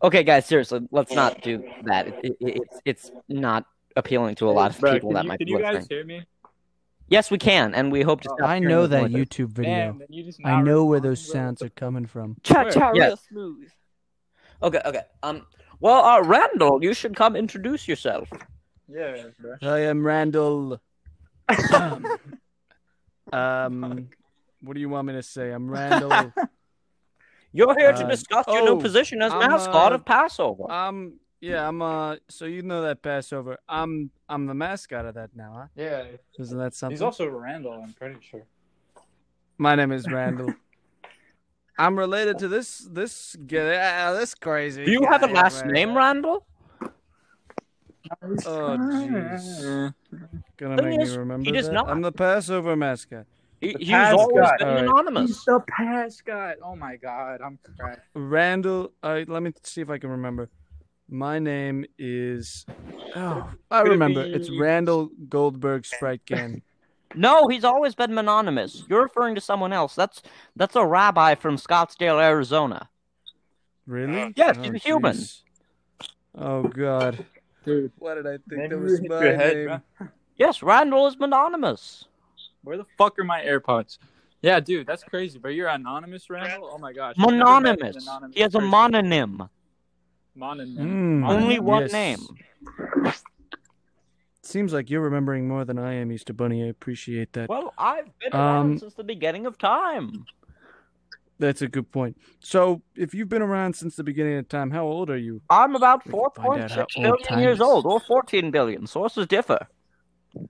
S1: Okay, guys, seriously, let's not do that. It, it, it's it's not appealing to a lot of
S2: Bro,
S1: people
S2: can
S1: that
S2: you,
S1: might
S2: can
S1: be
S2: you
S1: listening.
S2: guys hear me?
S1: Yes, we can, and we hope to.
S2: Oh,
S1: stop
S4: I
S1: hearing
S4: know
S1: those
S4: that
S1: noises.
S4: YouTube video.
S2: Damn, then you just
S4: I
S2: not
S4: know where
S2: responding,
S4: those
S2: bro.
S4: sounds are coming from.
S3: Cha cha
S1: Yes.
S3: real smooth.
S1: Okay, okay. Um, well, uh, Randall, you should come introduce yourself.
S2: Yeah, bro.
S4: I am Randall. um, what do you want me to say? I'm Randall.
S1: You're here to
S4: Uh,
S1: discuss your new
S4: oh,
S1: position as
S4: I'm,
S1: mascot
S4: uh,
S1: of Passover.
S4: um, yeah, I'm. Uh, so you know that Passover. I'm. I'm the mascot of that now, huh?
S2: Yeah,
S4: Isn't that something?
S2: he's also Randall. I'm pretty sure.
S4: My name is Randall. I'm related to this. This. g- Uh, this crazy.
S1: Do you have a
S4: guy,
S1: last
S4: Randall.
S1: name, Randall?
S4: Oh, jeez. Gonna
S1: Let
S4: make
S1: me
S4: me
S1: ask- he
S4: remember
S1: does
S4: that?
S1: not.
S4: I'm the Passover mascot.
S1: He, he's
S2: Pascot.
S1: always been
S4: All right.
S1: anonymous.
S2: the past guy. Oh my god, I'm crying.
S4: Randall. I let me see if I can remember. My name is. Oh, I
S2: Could it
S4: remember.
S2: be-
S4: It's Randall Goldberg Sprite Can.
S1: No, he's always been anonymous. You're referring to someone else. That's that's a rabbi from Scottsdale, Arizona.
S4: Really? Oh,
S1: Yes, he's a human.
S4: jeez. Oh God.
S2: Dude,
S4: Why did I think
S2: maybe
S4: that
S2: you
S4: was
S2: hit
S4: my
S2: your head,
S4: name?
S2: bro.
S1: Yes, Randall is anonymous.
S2: Where the fuck are my AirPods? Yeah, dude, that's crazy. But you're anonymous, Randall. Oh my gosh. I've never met an
S1: Mononymous.
S2: anonymous
S1: He has a
S2: person.
S1: mononym.
S2: Mononym.
S4: Mm,
S1: Only one
S4: yes.
S1: name.
S4: Seems like you're remembering more than I am, Easter Bunny. I appreciate that.
S1: Well, I've been
S4: Um,
S1: around since the beginning of time.
S4: That's a good point. So, if you've been around since the beginning of time, how old are you?
S1: I'm about
S4: We can find out how
S1: 4.6
S4: old
S1: billion
S4: time
S1: years
S4: is.
S1: old, or 14 billion. Sources differ.
S4: Oh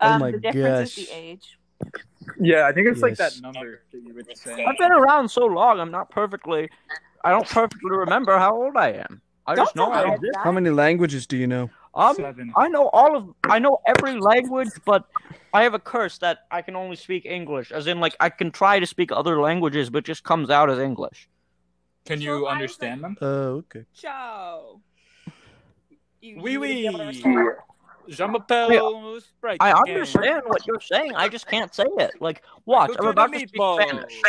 S3: Um,
S4: my
S3: the difference is
S4: gosh.
S3: the age.
S2: Yeah, I think it's like that
S4: Yes.
S2: number that you would say.
S1: I've been around so long, I'm not perfectly. I don't perfectly remember how old I am. I just
S3: Don't
S1: know
S3: tell
S1: I
S3: me
S1: exist.
S3: that.
S4: How many languages do you know?
S1: Um,
S2: Seven.
S1: I know all of. I know every language, but I have a curse that I can only speak English. As in, like I can try to speak other languages, but it just comes out as English.
S2: Can
S3: Well, I
S2: you
S3: was
S2: understand them?
S4: Oh, okay.
S3: Ciao. You-
S2: Wee
S3: you would be able to
S2: wee.
S3: understand.
S2: Je m'appelle Sprite.
S1: I
S2: Can.
S1: understand what you're saying. I just can't say it. Like, watch. I'm
S2: Cook
S1: about to
S2: the
S1: speak
S2: meatballs.
S1: Spanish.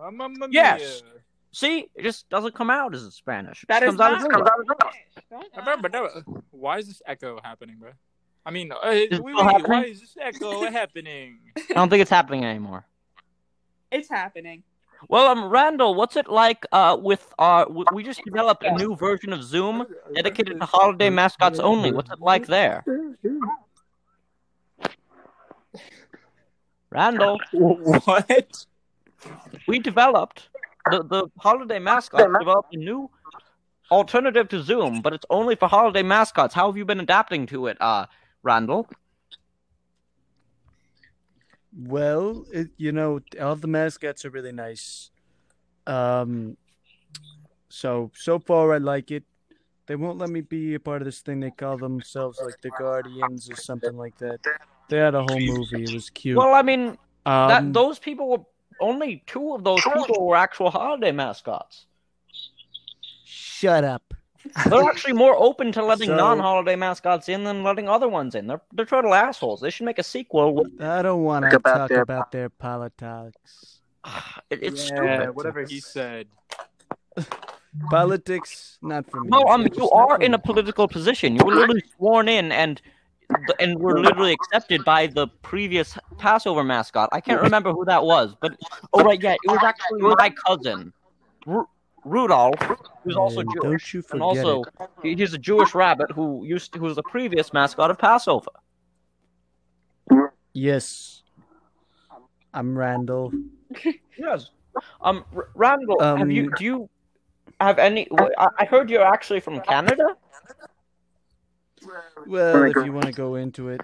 S2: Oh, mamma
S1: Yes.
S2: mia.
S1: See, it just doesn't come out as Spanish. It
S2: That
S1: just comes
S2: is
S1: out as
S2: not-
S1: English.
S3: Don't-
S2: I remember that- Why is this echo happening, bro? I mean, uh, wee,
S1: it
S2: wee,
S1: still happening?
S2: why is this echo happening?
S1: I don't think it's happening anymore.
S3: It's happening.
S1: Well, um, Randall, what's it like? Uh, with our w- we just developed a new version of Zoom dedicated to holiday mascots only. What's it like there, Randall?
S2: What?
S1: we developed the, the holiday mascots developed a new alternative to Zoom, but it's only for holiday mascots. How have you been adapting to it, uh, Randall?
S4: Well, it, you know, all the mascots are really nice. Um, so so far I like it. They won't let me be a part of this thing they call themselves like the Guardians or something like that. They had a whole movie. It was cute.
S1: Well, I mean, that
S4: um,
S1: those people were only two of those people were actual holiday mascots.
S4: shut up.
S1: They're actually more open to letting
S4: So-
S1: non-holiday mascots in than letting other ones in. They're they're total assholes. They should make a sequel. With,
S4: I don't want to
S5: Think about
S4: talk
S5: their-
S4: about their politics.
S1: it, it's
S2: Yeah,
S1: stupid.
S2: whatever he said.
S4: Politics, not for me.
S1: No, um, you
S4: Just not
S1: are
S4: for
S1: in
S4: me.
S1: a political position. You were literally sworn in, and and were literally accepted by the previous Passover mascot. I can't remember who that was, but oh right, yeah, it was actually my cousin, Ru- Rudolph, who's also
S4: And
S1: Jewish,
S4: Don't you forget
S1: and also
S4: it.
S1: he- he's a Jewish rabbit who used to, who was the previous mascot of Passover.
S4: Yes, I'm Randall.
S1: Yes. Um, R- Randall, have you
S4: Um,
S1: do you have any? I, I heard you're actually from Canada.
S4: Well, if you want to go into it,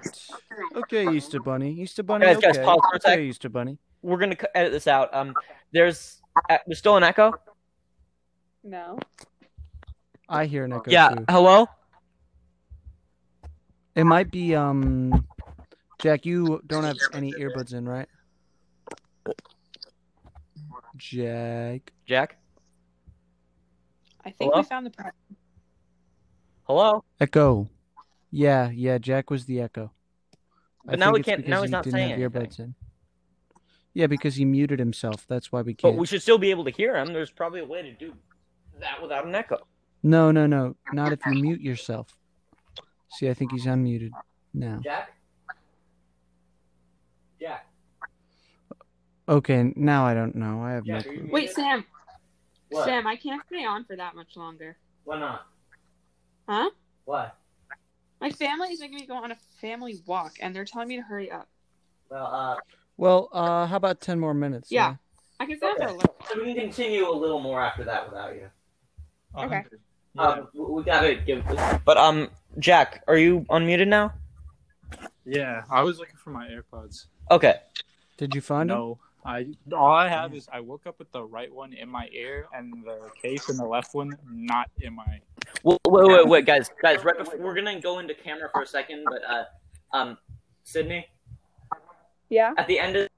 S4: okay, Easter Bunny, Easter Bunny,
S1: Guys,
S4: okay,
S1: guys, pause for a sec.
S4: okay, Easter Bunny.
S1: We're gonna c- edit this out. Um, there's uh, there's still an echo.
S3: No.
S4: I hear an echo
S1: yeah.
S4: too.
S1: Hello.
S4: It might be um, Jack. You don't have any earbuds in, right? Jack.
S1: Jack?
S3: I think
S1: Hello?
S3: we found the problem.
S1: Hello?
S4: Echo. Yeah, yeah. Jack was the echo. I
S1: But now
S4: think
S1: we
S4: it's
S1: can't-
S4: because
S1: now
S4: he
S1: he's not
S4: didn't have
S1: saying
S4: earbuds in. Yeah, because he muted himself. That's why we
S1: But
S4: can't.
S1: we should still be able to hear him. There's probably a way to do that without an echo.
S4: No, no, no. Not if you mute yourself. See, I think he's unmuted now.
S1: Jack? Jack.
S4: Okay, now I don't know. I have no
S1: Jack, are you
S4: clue.
S1: muted?
S3: Wait, Sam.
S1: What?
S3: Sam, I can't stay on for that much longer.
S1: Why not?
S3: Huh?
S1: Why?
S3: My family is making me go on a family walk, and they're telling me to hurry up.
S1: Well, uh,
S4: Well, uh, how about 10 more minutes?
S3: Yeah. I can stay on for a
S1: Okay.
S3: little.
S1: so we can continue a little more after that without you.
S3: Okay.
S2: Yeah.
S1: Um, we we gotta give. But um, Jack, are you unmuted now?
S2: yeah, I was looking for my AirPods.
S1: Okay.
S4: Did you find him?
S2: No, I all I have is I woke up with the right one in my ear and the case and the left one not in my.
S1: Well, wait, wait, wait, guys, guys. Right before we're gonna go into camera for a second, but uh, um, Sydney,
S3: Yeah.
S1: at the end of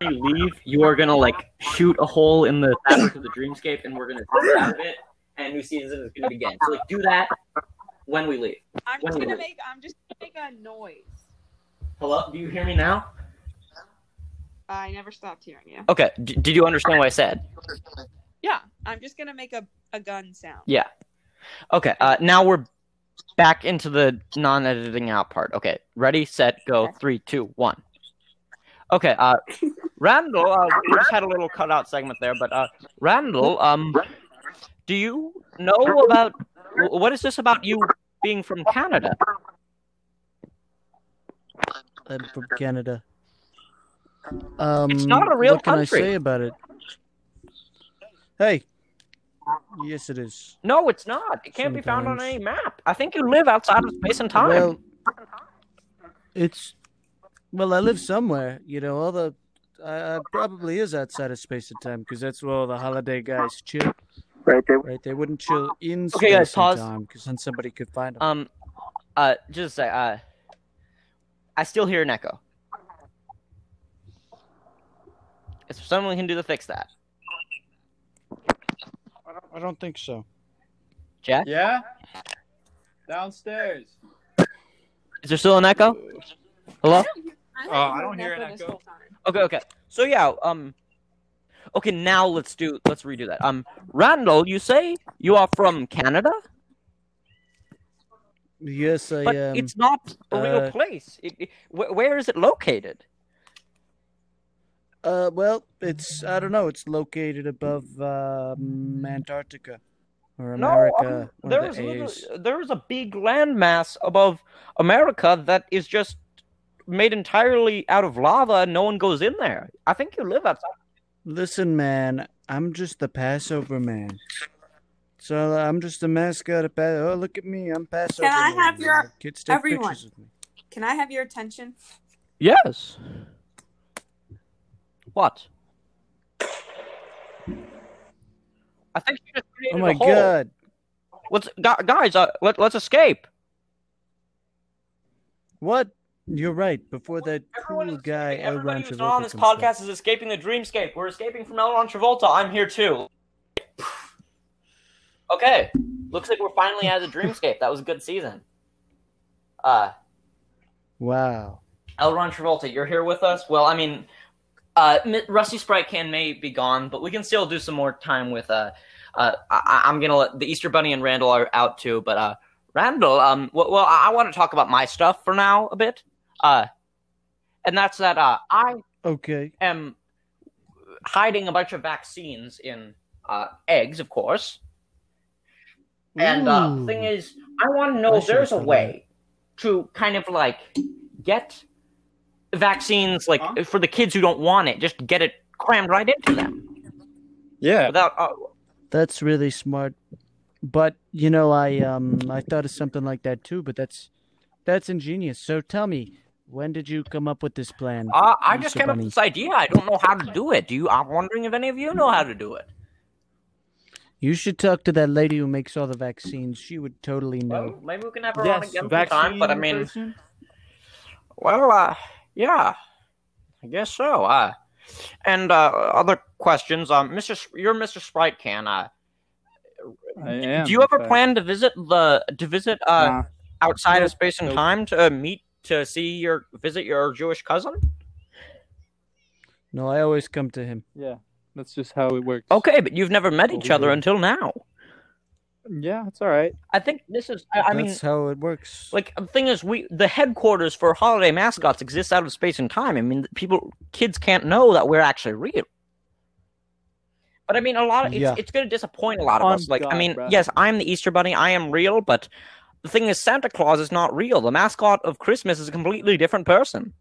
S1: when you leave, you are gonna like shoot a hole in the fabric of the dreamscape, and we're gonna zip out of it, and new season is gonna begin. So like, do that when we leave.
S3: I'm
S1: just
S3: just
S1: gonna
S3: gonna make. I'm just gonna make a noise.
S1: Hello, do you hear me now?
S3: I never stopped hearing you.
S1: Okay. D- did you understand what I said?
S3: Yeah. I'm just gonna make a, a gun sound.
S1: Yeah. Okay, uh, now we're back into the non-editing out part. Okay, ready, set, go. Three, two, one. Okay, uh, Randall, uh, we just had a little cutout segment there, but uh, Randall, um, do you know about wh- what is this about you being from Canada?
S4: I'm from Canada. Um,
S1: It's not a real
S4: what can
S1: country.
S4: I say about it? Hey. Yes, it is.
S1: No, it's not. It can't be found on
S4: Sometimes.
S1: any map. I think you live outside of space and time.
S4: Well, it's well, I live somewhere. You know, all the I, I probably is outside of space and time because that's where all the holiday guys chill.
S5: Right there.
S4: Right? They wouldn't chill in
S1: Okay,
S4: space
S1: guys, pause.
S4: and time because then somebody could find them.
S1: um, uh, just say, uh, I still hear an echo. If someone can do the fix that,
S4: I don't think so.
S1: Jack,
S2: Yeah? Downstairs.
S1: is there still an echo? Hello.
S2: Oh, I don't hear an
S3: this
S2: echo.
S3: whole time.
S1: Okay, okay. So yeah, um Okay, now let's do let's redo that. Um Randall, you say you are from Canada,
S4: Yes, I
S1: but
S4: um,
S1: it's not a real
S4: uh,
S1: place. It, it, wh- where is it located?
S4: Uh, well, it's I don't know. It's located above um, Antarctica or
S1: No, um,
S4: America. one
S1: There
S4: of
S1: is
S4: the
S1: literally-
S4: A's.
S1: there is a big landmass above America that is just made entirely out of lava and no one goes in there. I think you live outside.
S4: Listen, man, I'm just the Passover man. So uh, I'm just the mascot of Pas. Oh, look at me, I'm Passover.
S3: I
S4: man.
S3: have your-
S4: kids take
S3: everyone?
S4: pictures of me?
S3: Can I have your attention?
S1: Yes. What? I think you just created
S4: Oh my
S1: a hole.
S4: god!
S1: Let's gu- guys, uh, let, let's escape.
S4: What? You're right. Before that
S1: Everyone
S4: cool
S1: is
S4: guy
S1: escaping.
S4: L. Ron
S1: Everybody who's not on
S4: Travolta
S1: this
S4: comes back.
S1: podcast is escaping the dreamscape. We're escaping from L. Ron Travolta. I'm here too. Okay, looks like we're finally out of the dreamscape. That was a good season. Uh,
S4: Wow.
S1: L. Ron Travolta, you're here with us. Well, I mean, uh, M- Rusty Sprite can may be gone, but we can still do some more time with. Uh, uh, I- I- I'm gonna let the Easter Bunny and Randall are out too, but uh, Randall, um, well, well I, I want to talk about my stuff for now a bit. Uh, and that's that. Uh, I
S4: Okay.
S1: am hiding a bunch of vaccines in uh, eggs, of course. And uh,
S4: Ooh.
S1: thing is, I want to know
S4: I
S1: if there's a
S4: should've thought of
S1: way to kind of like get vaccines, like
S2: Huh?
S1: for the kids who don't want it, just get it crammed right into them
S2: Yeah.
S1: without. Uh,
S4: That's really smart. But you know, I um I thought of something like that too, but that's that's ingenious. So tell me, when did you come up with this plan?
S1: I, I just
S4: Easter
S1: came up
S4: Bunny.
S1: with this idea. I don't know how to do it. Do you? I'm wondering if any of you know how to do it.
S4: You should talk to that lady who makes all the vaccines. She would totally know.
S1: Well, maybe we can have her on
S2: Yes,
S1: again
S2: vaccine
S1: sometime. But I mean,
S2: person?
S1: Well, uh, yeah, I guess so. Uh, and uh, other questions. Um, Mr. S- you're Mr. Sprite Can. Uh,
S2: I am,
S1: do you
S2: in
S1: ever
S2: fact.
S1: plan to visit the to visit uh
S2: Nah.
S1: outside
S2: Nope.
S1: of space and
S2: Nope.
S1: time to uh, meet to see your visit your Jewish cousin?
S4: No, I always come to him.
S2: Yeah. That's just how it works.
S1: Okay, but you've never met
S2: Well,
S1: each
S2: we
S1: other
S2: do.
S1: until now.
S2: Yeah, it's all right.
S1: I think this is. I, I mean,
S4: that's how it works.
S1: like the thing is, we the headquarters for holiday mascots exists out of space and time. I mean, people, kids can't know that we're actually real. But I mean, a lot of it's,
S4: Yeah.
S1: it's going to disappoint a lot of
S2: On
S1: us. Like, I
S2: Oh God,
S1: mean,
S2: bruh.
S1: yes, I'm the Easter Bunny. I am real, but the thing is, Santa Claus is not real. The mascot of Christmas is a completely different person.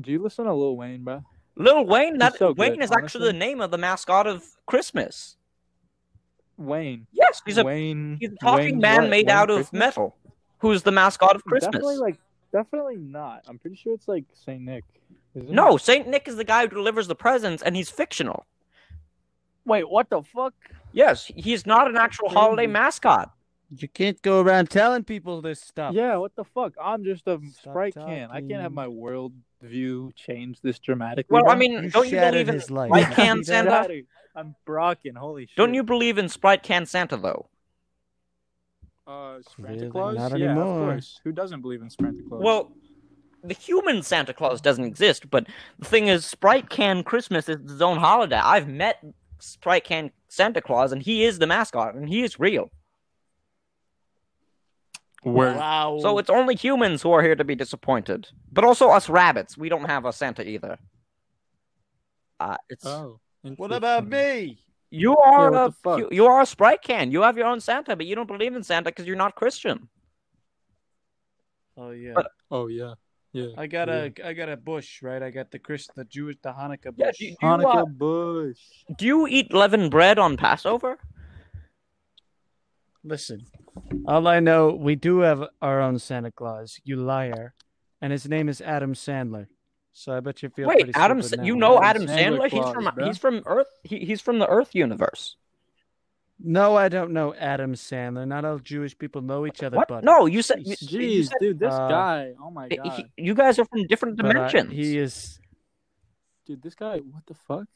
S2: Do you listen to Lil Wayne, bro?
S1: Lil Wayne, that
S2: He's so
S1: Wayne
S2: good,
S1: is actually the
S2: honestly.
S1: name of the mascot of Christmas.
S2: Wayne.
S1: Yes, he's a
S2: Wayne.
S1: he's a talking
S2: Wayne
S1: man
S2: what?
S1: made
S2: Wayne
S1: out of
S2: Christmas?
S1: metal, who's the mascot of Christmas.
S2: Definitely like definitely not. I'm pretty sure it's like Saint Nick. isn't
S1: No,
S2: it?
S1: Saint Nick is the guy who delivers the presents, and he's fictional.
S2: Wait, what the fuck?
S1: Yes, he's not an actual holiday
S2: Crazy.
S1: mascot.
S4: You can't go around telling people this stuff.
S2: Yeah, what the fuck? I'm just a
S4: Stop
S2: sprite can. I can't have
S4: talking.
S2: my world view change this dramatically.
S1: Well, I
S2: bruh.
S1: mean,
S4: You
S1: don't you
S4: shattered
S1: believe in
S4: his life.
S1: Sprite Can
S2: I'm
S1: Santa?
S2: shattered. I'm brocking. Holy shit.
S1: Don't you believe in Sprite Can Santa though?
S2: Uh,
S4: Really?
S2: Santa Claus?
S4: Not
S2: yeah,
S4: anymore.
S2: of course. Who doesn't believe in Santa Claus?
S1: Well, the human Santa Claus doesn't exist, but the thing is, Sprite Can Christmas is its own holiday. I've met Sprite Can Santa Claus, and he is the mascot, and he is real.
S2: Word.
S5: Wow.
S1: So it's only humans who are here to be disappointed, but also us rabbits. We don't have a Santa either. Uh, it's
S2: Oh,
S5: what about
S2: interesting.
S5: me?
S1: you are
S2: what
S1: a
S2: the fuck?
S1: you, you are a sprite can. You have your own Santa, but you don't believe in Santa because you're not Christian.
S4: Oh yeah.
S1: But-
S2: Oh yeah, yeah.
S4: I got a I got a bush, right? I got the Christian, the Jewish, the Hanukkah
S1: Yeah,
S4: bush.
S1: do- do you, uh,
S2: Hanukkah Bush.
S1: do you eat leavened bread on Passover?
S4: Listen, all I know, we do have our own Santa Claus, you liar, and his name is Adam Sandler. So I bet you feel
S1: Wait,
S4: pretty
S1: Adam,
S4: stupid
S1: Sa-
S4: now.
S1: you know Adam
S2: Adam
S1: Sandler?
S2: Sandler
S1: he's
S2: Claus,
S1: from
S2: bruh.
S1: he's from Earth. He, he's from the Earth universe.
S4: No, I don't know Adam Sandler. Not all Jewish people know each other.
S1: What?
S4: But
S1: No, you said you, you
S2: Jeez,
S1: said-
S2: dude, this
S4: uh,
S2: guy. Oh my
S1: he-
S2: god,
S1: you guys are from different
S4: but, uh,
S1: dimensions.
S4: he is.
S2: dude, this guy. What the fuck?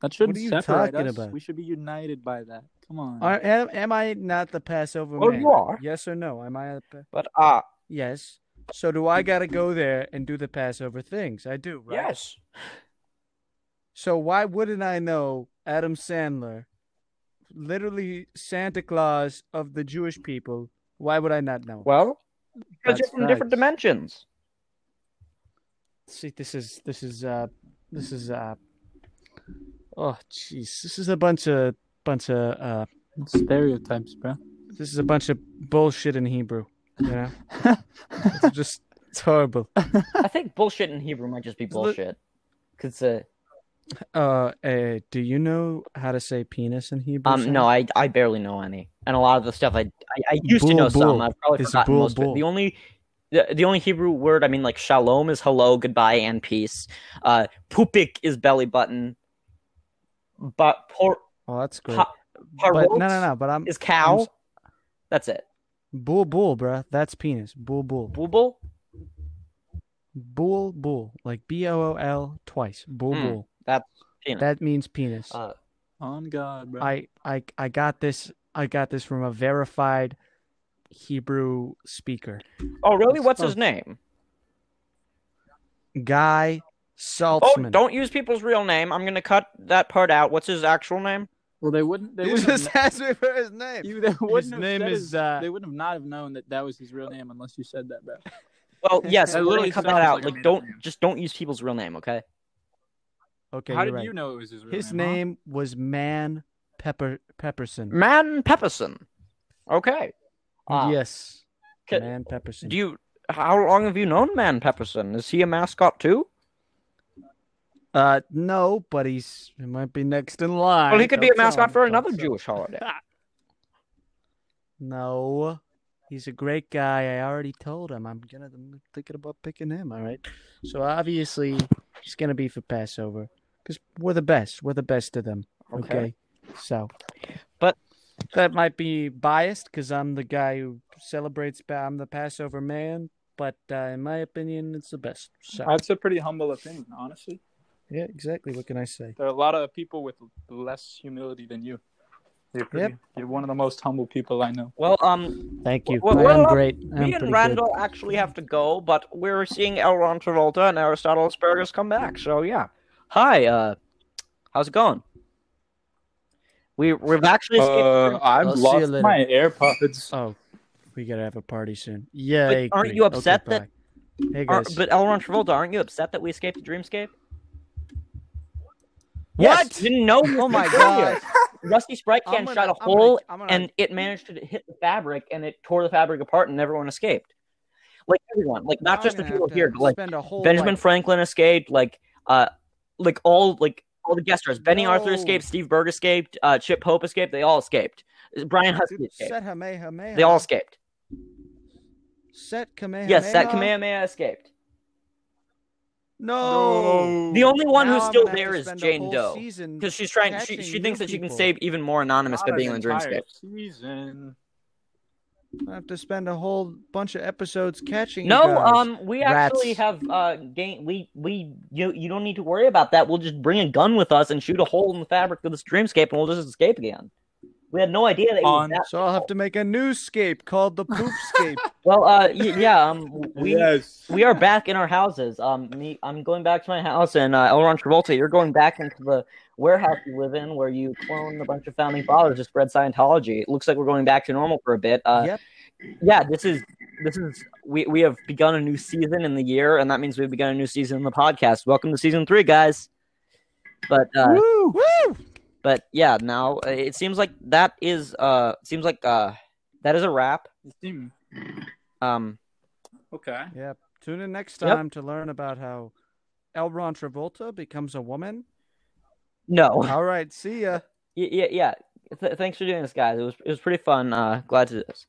S2: That shouldn't
S4: are you
S2: separate
S4: talking
S2: us.
S4: about?
S2: We should be united by that. Come on.
S4: Are, uh, am, am I not the Passover
S1: Oh,
S4: man?
S1: you are.
S4: Yes or no? Am I? The pa-
S1: But uh
S4: yes. So do I gotta go there and do the Passover things? I do, right?
S1: yes.
S4: So why wouldn't I know Adam Sandler, literally Santa Claus of the Jewish people? Why would I not know?
S1: Well, because you're
S4: That's
S1: from different
S4: facts.
S1: dimensions.
S4: See, this is this is uh this is uh oh jeez, this is a bunch of bunch of uh
S2: Stereotypes, bro.
S4: this is a bunch of bullshit in Hebrew. You know, it's just it's horrible.
S1: I think bullshit in Hebrew might just be
S4: It's lit-
S1: bullshit. Cause uh,
S4: Uh, eh, do you know how to say penis in Hebrew?
S1: um, no, I I barely know any, and a lot of the stuff I I, I used to
S4: Bull,
S1: know some.
S4: bull.
S1: I've probably
S4: It's
S1: forgotten
S4: bull,
S1: most of it.
S4: bull.
S1: The only the, the only Hebrew word I mean, like shalom is hello, goodbye, and peace. Uh, pupik is belly button. But por
S4: Oh, that's great.
S1: ha,
S4: but no,
S1: parot
S4: no, no. But I'm
S1: is cow.
S4: I'm s-
S1: That's it.
S4: bull, bull, bruh. That's penis. Bull, bull,
S1: Bubble.
S4: bull, bull. Like B O O L twice. Bull,
S1: Hmm.
S4: bull.
S1: That's penis.
S4: That means penis.
S1: Uh,
S2: On God, bro.
S4: I I I got this I got this from a verified Hebrew speaker.
S1: oh, really?
S4: it's
S1: What's his
S4: both.
S1: name?
S4: Guy
S1: Oh,
S4: Saltzman.
S1: don't use people's real name. I'm gonna cut that part out. What's his actual name?
S2: well, they wouldn't. They
S4: you
S2: wouldn't.
S4: just
S2: Have,
S4: asked me for his name.
S2: kn- you, they wouldn't have
S4: name
S2: said
S4: is,
S2: his-
S4: uh,
S2: They wouldn't have not have known that that was his real name unless you said that, bro.
S1: Well, yes,
S2: That
S1: we're gonna
S2: literally
S1: cut
S2: sounds
S1: that out.
S2: like a
S1: Like,
S2: made-up
S1: don't
S2: name.
S1: just don't use people's real name, okay?
S4: Okay,
S2: How
S4: you're
S2: did
S4: right.
S2: you know it was his real
S4: his
S2: name?
S4: name was Man Pepper Pepperson.
S1: Man Pepperson. Okay. Ah,
S4: yes.
S1: ca-
S4: Man Pepperson.
S1: Do you? How long have you known Man Pepperson? Is he a mascot too?
S4: uh no, but he's he might be next in line.
S1: Well, he could be a
S4: Don't tell
S1: mascot
S4: him,
S1: for
S4: don't
S1: another
S4: tell him.
S1: Jewish holiday.
S4: No. He's a great guy. I already told him. I'm gonna I'm thinking about picking him, all right? So obviously he's gonna be for Passover. Because we're the best. We're the best of them.
S1: Okay.
S4: Okay. So
S1: But-
S4: that might be biased because I'm the guy who celebrates Pa- I'm the Passover man, but uh, in my opinion it's the best. So
S2: That's a pretty humble opinion, honestly.
S4: yeah, exactly. What can I say?
S2: There are a lot of people with less humility than you. You're, pretty, you're one of the most humble people I know.
S1: Well, um,
S4: Thank you.
S1: Well,
S4: I
S1: well,
S4: am great. I'm
S1: me
S4: pretty
S1: and
S4: good.
S1: Randall actually have to go, but we're seeing L. Ron Travolta and Aristotle Asperger's come back. So yeah. Hi. Uh, how's it going? We we've actually. escaped-
S2: I've
S4: I'll see lost you later. my
S2: AirPods.
S4: Oh, we gotta have a party soon. Yeah.
S1: But aren't you upset that-
S4: Hey
S1: Are-
S4: guys.
S1: but L. Ron Travolta, aren't you upset that we escaped the dreamscape?
S4: What?
S1: Yes, didn't know.
S4: Oh my god!
S1: Rusty Sprite
S4: I'm
S1: can
S4: gonna-
S1: shot a
S4: I'm gonna-
S1: hole,
S4: I'm gonna-
S1: and it managed to hit the fabric, and it tore the fabric apart, and everyone escaped. Like everyone, like not
S4: I'm
S1: just the
S4: gonna have
S1: people
S4: to
S1: here, but like
S4: spend a whole
S1: Benjamin
S4: life-
S1: Franklin escaped, like uh, like all like all the guest stars. Benny Arthur
S4: No.
S1: escaped, Steve Berg escaped, uh, Chip Pope escaped. They all escaped. Brian Husky
S4: Dude,
S1: escaped.
S4: Set Kamehameha.
S1: They all escaped.
S4: set Kamehameha.
S1: Yes, that Kamehameha escaped.
S4: No.
S1: The only one
S4: Mm. Now
S1: who's
S4: I'm
S1: still
S4: gonna have
S1: there
S4: to
S1: is
S4: spend a
S1: Jane
S4: whole
S1: Doe.
S4: season-
S1: Because she's trying, she,
S4: catching
S1: she
S4: new
S1: thinks that she can
S4: people.
S1: save even more anonymous by being in the dreamscape.
S2: Season.
S4: I have to spend a whole bunch of episodes catching. you
S1: No,
S4: guys.
S1: um, we actually
S4: Rats.
S1: have uh, gain. We we you you don't need to worry about that. We'll just bring a gun with us and shoot a hole in the fabric of this dreamscape, and we'll just escape again. We had no idea that it was
S2: On-
S1: that.
S4: So I'll have to make a new scape called the Poopscape.
S1: Well, uh, y- yeah, um, we
S2: yes.
S1: we are back in our houses. Um, me, I'm going back to my house, and uh, Elron Travolta, you're going back into the warehouse you live in, where you clone a bunch of founding fathers to spread Scientology. It looks like we're going back to normal for a bit. Uh,
S4: yep.
S1: yeah, this is this is we we have begun a new season in the year, and that means we've begun a new season in the podcast. Welcome to season three, guys. But uh,
S4: Woo! Woo!
S1: but yeah, now uh, it seems like that is uh seems like uh that is a wrap.
S2: You seem
S1: Um,
S2: okay.
S4: Yep. Tune in next
S1: Yep.
S4: time to learn about how Elron Travolta becomes a woman.
S1: no,
S4: All right. See ya.
S1: yeah, yeah. yeah. Th- thanks for doing this, guys. It was it was pretty fun. Uh, glad to do this.